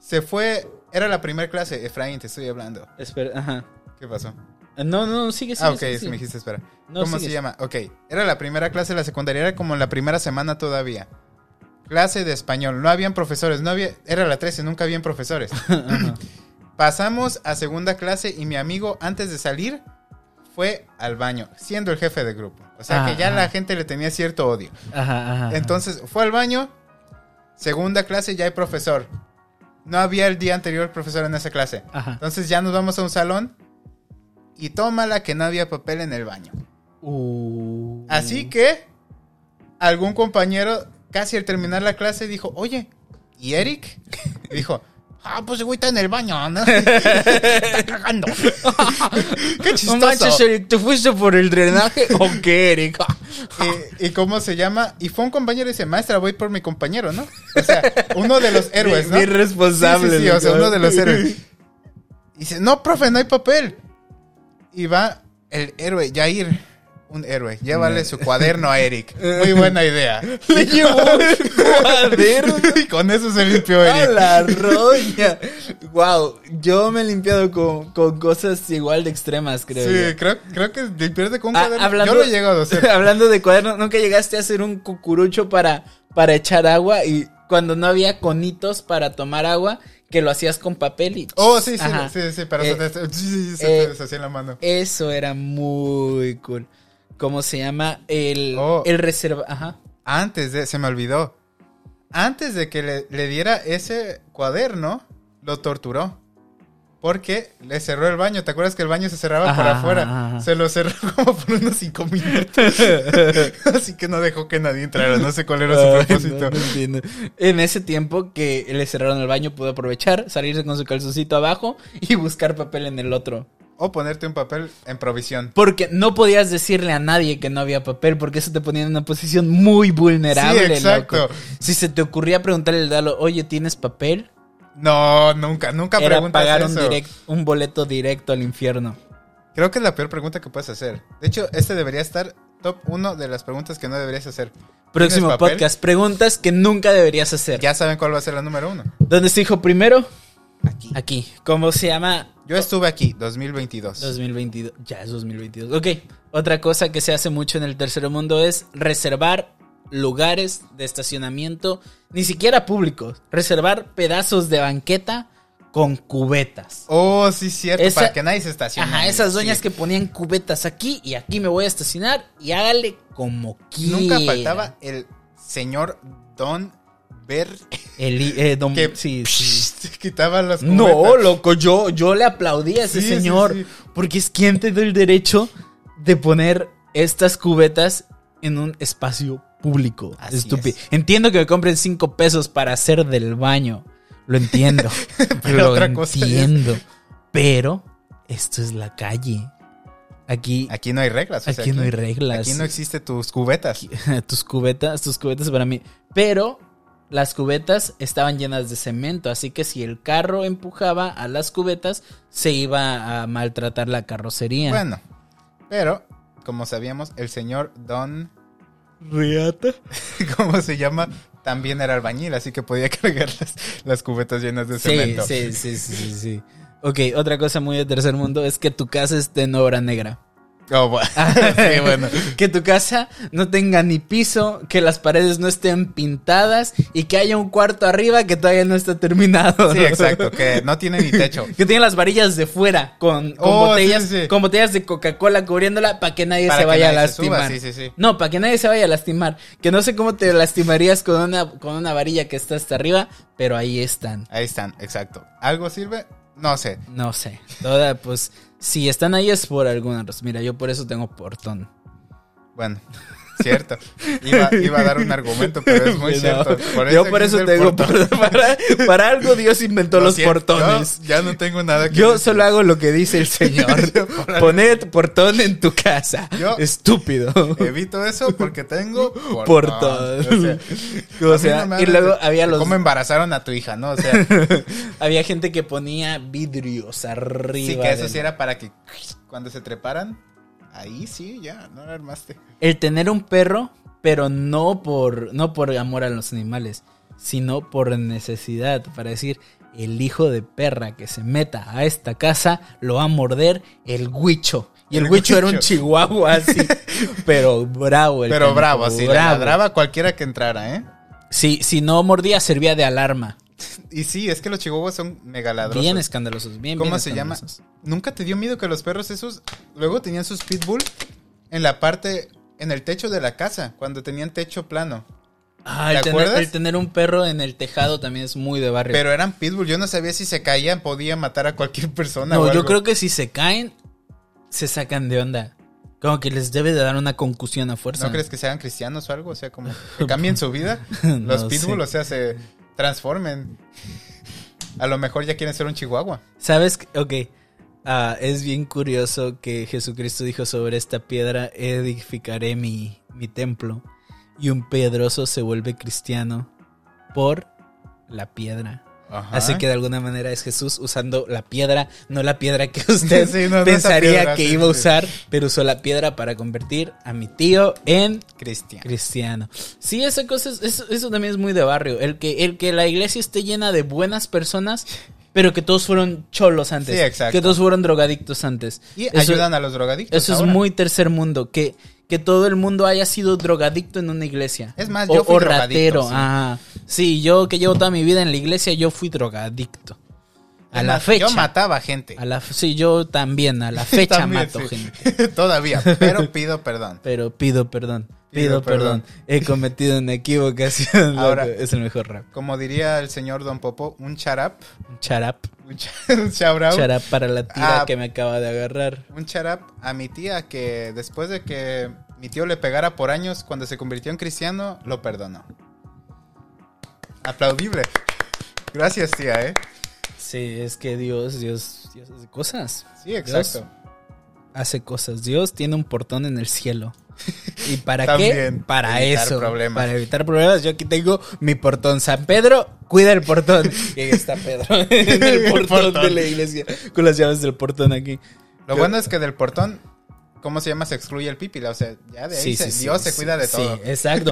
S2: se fue, era la primera clase, Efraín, te estoy hablando.
S1: Espera, ajá.
S2: ¿Qué pasó?
S1: No, no, no, sigue, sigue.
S2: ah, ok,
S1: sigue,
S2: es que
S1: sigue.
S2: me dijiste, espera.
S1: No,
S2: ¿Cómo
S1: sigues.
S2: se llama? Ok, era la primera clase de la secundaria, era como la primera semana todavía. Clase de español, no habían profesores, no había, era la 13, nunca habían profesores.
S1: Ajá.
S2: Pasamos a segunda clase y mi amigo antes de salir fue al baño, siendo el jefe de grupo. O sea que ya
S1: Ajá.
S2: la gente le tenía cierto odio.
S1: Ajá, ajá, ajá.
S2: Entonces fue al baño, segunda clase ya hay profesor. No había el día anterior profesor en esa clase.
S1: Ajá.
S2: Entonces ya nos vamos a un salón y tómala que no había papel en el baño.
S1: Uh.
S2: Así que algún compañero casi al terminar la clase dijo, oye, ¿y Eric? Dijo, ah, pues el güey está en el baño, ¿no? está cagando. Qué
S1: No manches,
S2: chistoso.
S1: Eric, ¿te fuiste por el drenaje o qué, Eric?
S2: Y, y cómo se llama? Y fue un compañero y dice, maestra, voy por mi compañero, ¿no? O sea, uno de los héroes, ¿no?
S1: Bien responsable.
S2: Sí, sí, sí, o sea,
S1: loco.
S2: uno de los héroes. ¿eh? Y dice, no, profe, no hay papel. Y va el héroe, Jair, un héroe, llévale su cuaderno a Eric. Muy buena idea.
S1: Le llevó un cuaderno.
S2: Y con eso se limpió
S1: A
S2: Eric.
S1: la roña. Wow, yo me he limpiado con, con cosas igual de extremas, creo.
S2: Sí,
S1: yo.
S2: creo, creo que limpiarte con un
S1: Ah,
S2: cuaderno.
S1: hablando,
S2: Yo lo he llegado a hacer.
S1: hablando de cuaderno, nunca llegaste a hacer un cucurucho para, para echar agua y cuando no había conitos para tomar agua, que lo hacías con papel y.
S2: Oh, sí, sí,
S1: Ajá.
S2: sí, sí, pero
S1: Eh,
S2: se te, sí, se te
S1: eh,
S2: deshacía en la mano.
S1: Eso era muy cool. ¿Cómo se llama? El,
S2: Oh.
S1: el reserva. Ajá.
S2: Antes de, se me olvidó. Antes de que le, le diera ese cuaderno, lo torturó. Porque le cerró el baño. ¿Te acuerdas que el baño se cerraba por
S1: Ajá,
S2: afuera?
S1: ajá, ajá.
S2: Se lo cerró como por unos cinco minutos. Así que no dejó que nadie entrara. No sé cuál era
S1: Ay,
S2: su
S1: Ah, no,
S2: propósito.
S1: no entiendo. En ese tiempo que le cerraron el baño, pudo aprovechar, salirse con su calzoncito abajo y buscar papel en el otro.
S2: O ponerte un papel en provisión.
S1: Porque no podías decirle a nadie que no había papel, porque eso te ponía en una posición muy vulnerable.
S2: Sí, exacto.
S1: loco. Si se te ocurría preguntarle al Dalo, oye, ¿tienes papel?
S2: No, nunca, nunca
S1: Era
S2: preguntas
S1: pagar un,
S2: eso.
S1: direct- un boleto directo al infierno.
S2: Creo que es la peor pregunta que puedes hacer. De hecho, este debería estar top uno de las preguntas que no deberías hacer.
S1: Próximo
S2: ¿Tienes papel?
S1: podcast, preguntas que nunca deberías hacer.
S2: Ya saben cuál va a ser la número uno.
S1: ¿Dónde se dijo primero?
S2: Aquí.
S1: Aquí. ¿Cómo se llama?
S2: Yo estuve aquí, 2022.
S1: 2022. Ya es 2022. Ok. Otra cosa que se hace mucho en el tercer mundo es reservar lugares de estacionamiento, ni siquiera públicos. Reservar pedazos de banqueta con cubetas.
S2: Oh, sí, cierto,
S1: Esa-
S2: para que nadie se estacione.
S1: Ajá, esas
S2: Sí.
S1: doñas que ponían cubetas aquí y aquí me voy a estacionar y hágale como quiera.
S2: Nunca faltaba el señor Don Ver
S1: El, eh, don-
S2: que
S1: sí, sí.
S2: quitaba las
S1: No,
S2: cubetas.
S1: loco, yo, yo le aplaudí a ese
S2: Sí, sí,
S1: señor.
S2: sí.
S1: Porque es quien te dio el derecho de poner estas cubetas en un espacio público.
S2: Así
S1: Estúpido.
S2: es.
S1: Entiendo que me compren cinco pesos para hacer del baño. Lo entiendo.
S2: Pero
S1: lo
S2: otra cosa es-
S1: entiendo. Pero esto es la calle. Aquí, aquí,
S2: Aquí no hay reglas. o sea,
S1: no hay reglas.
S2: Aquí no existe tus cubetas.
S1: tus cubetas, tus cubetas para mí. Pero las cubetas estaban llenas de cemento, así que si el carro empujaba a las cubetas, se iba a maltratar la carrocería.
S2: Bueno, pero como sabíamos, el señor Don,
S1: Riata.
S2: ¿cómo se llama? También era albañil, así que podía cargar las, las cubetas llenas de
S1: Sí,
S2: cemento.
S1: sí, sí, sí, sí, sí. Ok, otra cosa muy de tercer mundo es que tu casa esté en obra negra.
S2: Oh, bueno. Sí, bueno.
S1: Que tu casa no tenga ni piso, que las paredes no estén pintadas y que haya un cuarto arriba que todavía no está terminado.
S2: Sí, exacto, que no tiene ni techo.
S1: Que tiene las varillas de fuera con, con
S2: Oh,
S1: botellas,
S2: sí, sí.
S1: con botellas de Coca-Cola cubriéndola para que nadie
S2: Para
S1: se
S2: que
S1: vaya a
S2: nadie se suba,
S1: lastimar.
S2: sí, sí, sí.
S1: No, para que nadie se vaya a lastimar. Que no sé cómo te lastimarías con una, con una varilla que está hasta arriba, pero ahí están.
S2: Ahí están, exacto. ¿Algo sirve? No sé.
S1: No sé. Toda, pues, si están ahí es por alguna razón. Mira, yo por eso tengo portón.
S2: Bueno, cierto. Iba, iba a dar un argumento, pero es muy
S1: No,
S2: cierto.
S1: yo por eso
S2: existe el
S1: tengo
S2: portón.
S1: portón. Para, para algo Dios inventó
S2: Lo
S1: los
S2: siento,
S1: portones.
S2: yo ya no tengo nada que
S1: Yo
S2: decir.
S1: solo hago lo que dice el Señor.
S2: Yo por algo-
S1: Poned portón en tu casa.
S2: Yo-
S1: Estúpido.
S2: Evito eso porque tengo portón.
S1: Portón. O
S2: O sea, a mí
S1: sea,
S2: no me
S1: y
S2: hables
S1: luego
S2: de
S1: había los-
S2: ¿Cómo embarazaron a tu hija, no? O sea,
S1: Había gente que ponía vidrios arriba.
S2: sí, que eso
S1: del-
S2: sí era para que cuando se treparan, ahí sí, ya, no la armaste.
S1: El tener un perro, pero no por, no por amor a los animales, sino por necesidad. Para decir, el hijo de perra que se meta a esta casa lo va a morder el huicho. Y el,
S2: El
S1: huicho era un
S2: huicho.
S1: chihuahua así, pero bravo. El
S2: Pero
S1: canijo,
S2: bravo, sí, la
S1: bravo.
S2: ladraba cualquiera que entrara, ¿eh?
S1: Sí, si no mordía, servía de alarma.
S2: Y sí, es que los chihuahuas son megaladrosos.
S1: Bien escandalosos, bien,
S2: ¿Cómo
S1: bien
S2: se llama?
S1: escandalosos.
S2: ¿Nunca te dio miedo que los perros esos luego tenían sus pitbull en la parte, en el techo de la casa, cuando tenían techo plano?
S1: Ah,
S2: ¿Te
S1: el tener,
S2: acuerdas?
S1: el tener un perro en el tejado también es muy de barrio.
S2: Pero eran pitbull, yo no sabía si se caían, podía matar a cualquier persona.
S1: No,
S2: o
S1: yo
S2: algo.
S1: creo que si se caen, se sacan de onda. Como que les debe de dar una concusión a fuerza.
S2: ¿No crees que sean cristianos o algo? O sea, como que cambien su vida.
S1: No
S2: Los
S1: sé.
S2: pitbull, o sea, se transformen. A lo mejor ya quieren ser un chihuahua.
S1: ¿Sabes? qué? Ok. Ah, es bien curioso que Jesucristo dijo sobre esta piedra, edificaré mi, mi templo. Y un pedroso se vuelve cristiano por la piedra. Así que de alguna manera es Jesús usando la piedra, no la piedra que usted
S2: Sí, no, no esa
S1: pensaría
S2: piedra,
S1: que
S2: sí,
S1: iba a
S2: sí.
S1: usar, pero usó la piedra para convertir a mi tío en
S2: Cristian.
S1: cristiano. Sí, esa cosa es- eso, eso también es muy de barrio. El que, el que la iglesia esté llena de buenas personas, pero que todos fueron cholos antes.
S2: Sí, exacto.
S1: Que todos fueron drogadictos antes.
S2: Y
S1: eso,
S2: ayudan a los drogadictos.
S1: Eso es
S2: ahora.
S1: muy tercer mundo. Que, que todo el mundo haya sido drogadicto en una iglesia.
S2: Es más, yo fui drogadicto,
S1: Sí.
S2: sí.
S1: sí, yo que llevo toda mi vida en la iglesia, yo fui drogadicto. A
S2: Es
S1: la
S2: más,
S1: fecha.
S2: Yo mataba gente.
S1: a la, sí, yo también, a la fecha
S2: También,
S1: mato
S2: sí.
S1: gente.
S2: Todavía, pero pido perdón.
S1: Pero pido perdón, pido,
S2: Pido
S1: perdón.
S2: perdón.
S1: He cometido una equivocación. Ahora
S2: Ahora-
S1: es el mejor rap.
S2: Como diría el señor Don Popo, un charap.
S1: Un Charap.
S2: Un, cha- un chabrao,
S1: Charap para la tira
S2: Ah.
S1: que me acaba de agarrar.
S2: Un charap a mi tía que después de que mi tío le pegara por años cuando se convirtió en cristiano, lo perdonó. Aplaudible. Gracias, tía, ¿eh?
S1: Sí, es que Dios, Dios, Dios hace cosas.
S2: Sí, exacto.
S1: Hace cosas. Dios tiene un portón en el cielo. ¿Y para qué?
S2: También,
S1: Para
S2: evitar
S1: eso.
S2: problemas.
S1: Para evitar problemas. Yo aquí tengo mi portón. San Pedro, cuida el portón. Y ahí está Pedro. en el
S2: El
S1: portón de
S2: portón.
S1: la iglesia. Con las llaves del portón aquí.
S2: Lo bueno es que del portón, ¿cómo se llama? Se excluye el pipila. O sea, ya de ahí se- Dios se
S1: sí,
S2: cuida de
S1: sí,
S2: todo.
S1: exacto.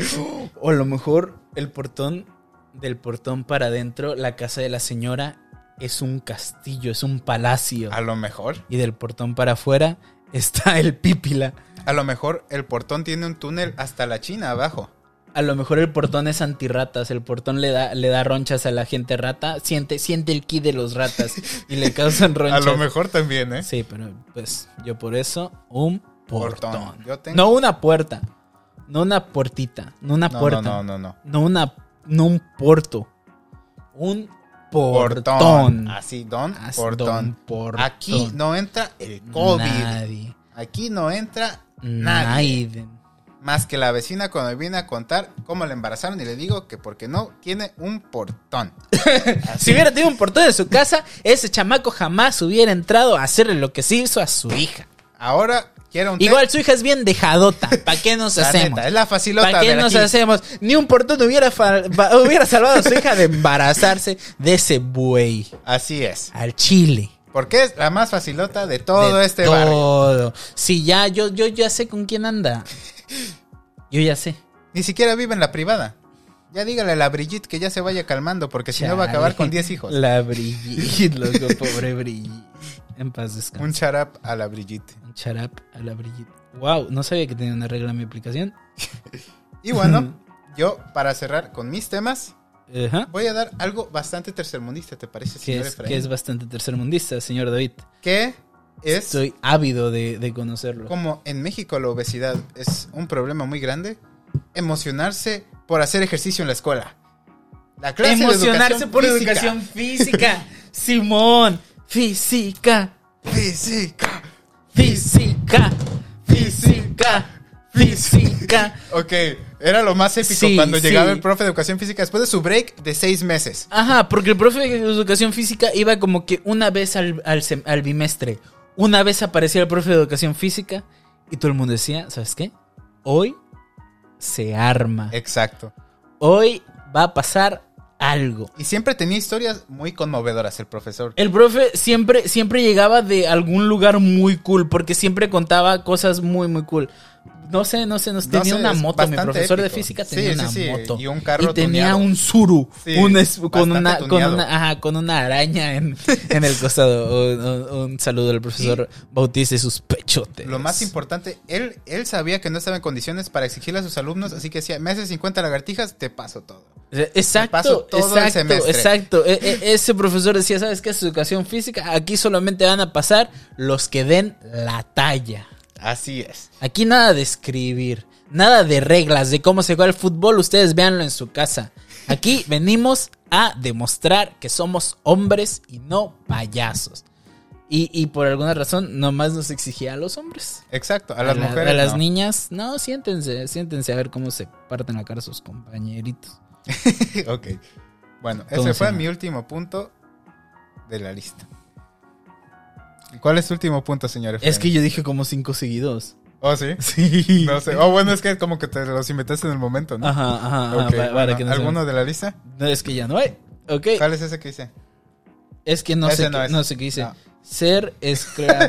S1: O a lo mejor el portón del portón para adentro, la casa de la señora es un castillo, es un palacio.
S2: A lo mejor.
S1: Y del portón para afuera está el pípila.
S2: A lo mejor el portón tiene un túnel hasta la China abajo.
S1: a lo mejor el portón es antirratas, el portón le da, le da ronchas a la gente rata, siente, siente el ki de los ratas y le causan
S2: A
S1: ronchas.
S2: lo mejor también, ¿eh?
S1: Sí, pero pues yo por eso un portón.
S2: Portón. Yo tengo-
S1: No una puerta, no una puertita, no una
S2: No,
S1: puerta,
S2: no, no, no, no.
S1: no una, no un porto, un portón.
S2: Así, don,
S1: Haz don
S2: portón.
S1: portón.
S2: Aquí no entra el COVID.
S1: Nadie.
S2: Aquí no entra nadie.
S1: Nadie.
S2: Más que la vecina cuando me viene a contar cómo la embarazaron y le digo que porque no tiene un portón.
S1: Si hubiera tenido un portón en su casa, ese chamaco jamás hubiera entrado a hacerle lo que se hizo a su hija.
S2: Ahora quiero un té.
S1: Igual su hija es bien dejadota. ¿Para qué nos
S2: La
S1: hacemos?
S2: neta, es la facilota
S1: ¿Para qué
S2: de
S1: nos
S2: aquí.
S1: hacemos? Ni un portón hubiera, fa- va- hubiera salvado a su hija de embarazarse de ese buey
S2: Así es.
S1: al chile.
S2: Porque es la más facilota de todo
S1: De
S2: este barrio.
S1: Todo. Sí, ya, yo, yo ya sé con quién anda. Yo ya sé.
S2: Ni siquiera vive en la privada. Ya dígale a la Brigitte que ya se vaya calmando porque si no va a acabar con 10 hijos.
S1: La Brigitte, loco, pobre Brigitte. En paz descanse.
S2: Un charap a la Brigitte.
S1: Un charap a la Brigitte. Wow, no sabía que tenía una regla en mi aplicación.
S2: Y bueno, yo para cerrar con mis temas,
S1: Ajá.
S2: voy a dar algo bastante tercermundista, ¿te parece,
S1: Que
S2: señor
S1: es,
S2: Efraín?
S1: que es bastante tercermundista, señor David.
S2: Que es
S1: Estoy ávido de, de conocerlo.
S2: como en México la obesidad es un problema muy grande, emocionarse por hacer ejercicio en la escuela. La clase de
S1: Emocionarse por
S2: física.
S1: educación física. Simón, física,
S2: Física.
S1: física, física, física.
S2: Ok, era lo más épico
S1: Sí,
S2: cuando
S1: sí.
S2: llegaba el profe de educación física después de su break de seis meses.
S1: Ajá, porque el profe de educación física iba como que una vez al, al sem- al bimestre. Una vez aparecía el profe de educación física y todo el mundo decía, ¿sabes qué? Hoy se arma.
S2: Eh. Exacto.
S1: Hoy va a pasar algo.
S2: Y siempre tenía historias muy conmovedoras el profesor.
S1: El profe siempre, siempre llegaba de algún lugar muy cool, porque siempre contaba cosas muy, muy cool. No sé, no sé, nos
S2: No
S1: tenía
S2: sé,
S1: una
S2: es
S1: moto. Mi
S2: bastante
S1: profesor de
S2: épico.
S1: física
S2: Sí,
S1: tenía
S2: sí,
S1: una
S2: sí,
S1: moto.
S2: y un carro
S1: tenía
S2: tuneado.
S1: un suru.
S2: Sí,
S1: un es- con,
S2: bastante
S1: una, con,
S2: tuneado.
S1: una, ajá, con una araña en, en el costado. Un, un- un saludo al profesor Bautista y sus pechotes.
S2: Lo más importante, él, él sabía que no estaba en condiciones para exigirle a sus alumnos, así que decía, me haces 50 lagartijas, te paso todo.
S1: Exacto,
S2: paso todo el
S1: exacto,
S2: semestre.
S1: exacto. E- e- ese profesor decía, ¿sabes qué es educación física? Aquí solamente van a pasar los que den la talla.
S2: Así es.
S1: Aquí nada de escribir, nada de reglas de cómo se juega el fútbol, ustedes véanlo en su casa. Aquí venimos a demostrar que somos hombres y no payasos. Y, y por alguna razón nomás nos exigía a los hombres.
S2: Exacto, a las
S1: la-
S2: mujeres.
S1: a las
S2: no.
S1: niñas, no, siéntense, siéntense a ver cómo se parten la cara sus compañeritos.
S2: ok. Bueno, ese
S1: Entonces,
S2: fue
S1: no.
S2: mi último punto de la lista. ¿Cuál es tu último punto, señor?
S1: Es que
S2: Efraín?
S1: yo dije como cinco seguidos.
S2: Oh, sí.
S1: Sí.
S2: No sé. Oh, bueno, es que como que te los inventaste en el momento, ¿no?
S1: Ajá, ajá, ajá,
S2: Ok,
S1: pa- Ah, para,
S2: bueno,
S1: que no se-
S2: ¿Alguno de la lista?
S1: No, es que ya no hay. Ok,
S2: ¿Cuál es ese que hice?
S1: es que no
S2: ese
S1: sé,
S2: no
S1: qué,
S2: es. Ah.
S1: no sé qué hice.
S2: No.
S1: Ser esclava.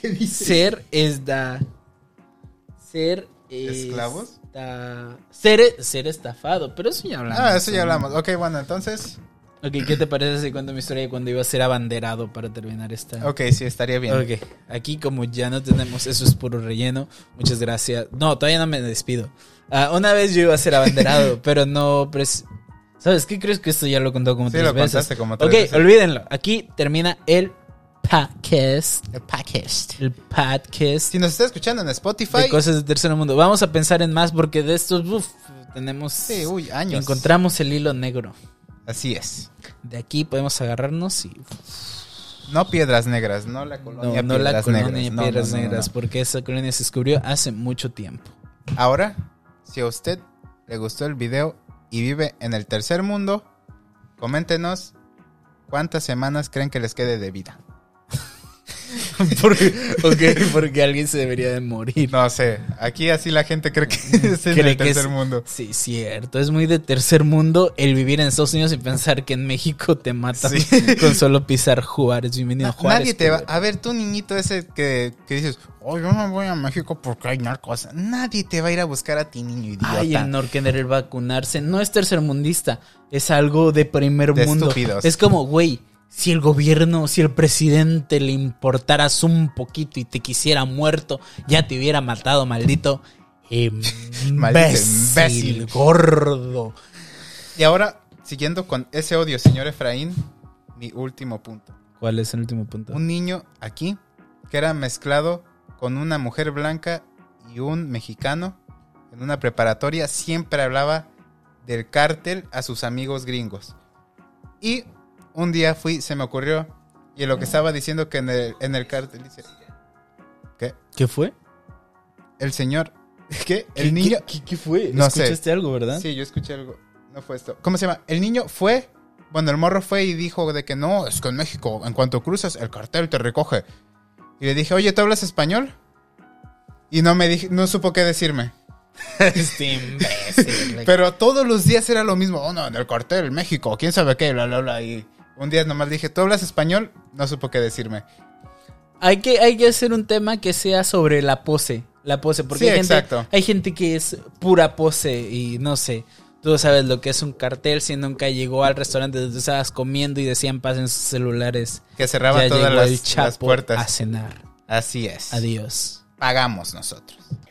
S2: ¿Qué dice?
S1: Ser es da. Ser es
S2: ¿Esclavos?
S1: da- Ser, e-, ser estafado, pero eso ya hablamos.
S2: Ah, eso ya hablamos. Ok, bueno, entonces.
S1: Ok, ¿qué te parece si cuento mi historia de cuando iba a ser abanderado para terminar esta?
S2: Ok, sí, estaría bien.
S1: Ok, aquí como ya no tenemos, eso es puro relleno. Muchas gracias. No, todavía no me despido. Ah, una vez yo iba a ser abanderado, pero no... pres- ¿Sabes qué? Crees que esto ya lo he contado como
S2: Sí,
S1: tres
S2: lo
S1: veces.
S2: contaste como tres
S1: Ok,
S2: veces.
S1: olvídenlo. Aquí termina el podcast.
S2: El podcast.
S1: El podcast
S2: Si nos está escuchando en Spotify.
S1: de cosas de tercer mundo. Vamos a pensar en más porque de estos uf, tenemos...
S2: Sí, uy, años.
S1: encontramos el hilo negro.
S2: Así es.
S1: De aquí podemos agarrarnos y... uf,
S2: No piedras negras, no la
S1: No,
S2: colonia
S1: no la
S2: piedras
S1: colonia
S2: negras. No,
S1: Piedras
S2: no, no, no,
S1: Negras,
S2: no.
S1: porque esa colonia se descubrió hace mucho tiempo.
S2: Ahora, si a usted le gustó el video y vive en el tercer mundo, coméntenos cuántas semanas creen que les quede de vida.
S1: porque, ok, porque alguien se debería de morir.
S2: No sé, aquí así la gente cree que es en
S1: Cree
S2: el
S1: que es-
S2: tercer mundo.
S1: Sí, cierto. Es muy de tercer mundo el vivir en Estados Unidos y pensar que en México te matan
S2: Sí.
S1: con solo pisar Juárez. Bienvenido a
S2: Na-
S1: Juárez.
S2: nadie te va.
S1: culero.
S2: A ver, tú niñito ese que, que dices, oh, yo no voy a México porque hay narcos. Nadie te va a ir a buscar a ti, niño idiota.
S1: Ay, el no querer vacunarse. No es tercermundista. Es algo de primer
S2: De
S1: mundo.
S2: estúpidos.
S1: Es como, güey, si el gobierno, si el presidente le importaras un poquito y te quisiera muerto, ya te hubiera matado, maldito. Imbécil,
S2: imbécil.
S1: gordo.
S2: Y ahora, siguiendo con ese odio, señor Efraín, mi último punto.
S1: ¿Cuál es el último punto?
S2: Un niño aquí que era mezclado con una mujer blanca y un mexicano en una preparatoria siempre hablaba del cártel a sus amigos gringos. Y un día fui, se me ocurrió, y lo que estaba diciendo que en el, en el cártel dice... ¿Qué?
S1: ¿Qué fue?
S2: El señor... ¿Qué?
S1: ¿Qué-
S2: El niño...
S1: ¿Qué, qué- qué fue?
S2: No sé.
S1: ¿Escuchaste algo, verdad?
S2: Sí, yo escuché algo. No fue esto. ¿Cómo se llama? El niño fue. Bueno, el morro fue y dijo de que no, es que en México, en cuanto cruzas, el cartel te recoge. Y le dije, oye, ¿tú hablas español? Y no me dije, no supo qué decirme.
S1: Este imbécil.
S2: Pero todos los días era lo mismo. Oh, no, en el cartel, México, quién sabe qué, bla, bla, bla. Y un día nomás le dije, ¿tú hablas español? No supo qué decirme.
S1: Hay que, hay que hacer un tema que sea sobre la pose. La pose, porque
S2: Sí,
S1: hay, gente,
S2: exacto.
S1: hay gente que es pura pose y no sé. Tú sabes lo que es un cartel, si nunca llegó al restaurante donde tú estabas comiendo y decían pasen sus celulares.
S2: Que cerraba
S1: ya
S2: todas
S1: llegó
S2: las,
S1: el
S2: las
S1: chapo a
S2: puertas.
S1: cenar.
S2: Así es.
S1: Adiós.
S2: Pagamos nosotros.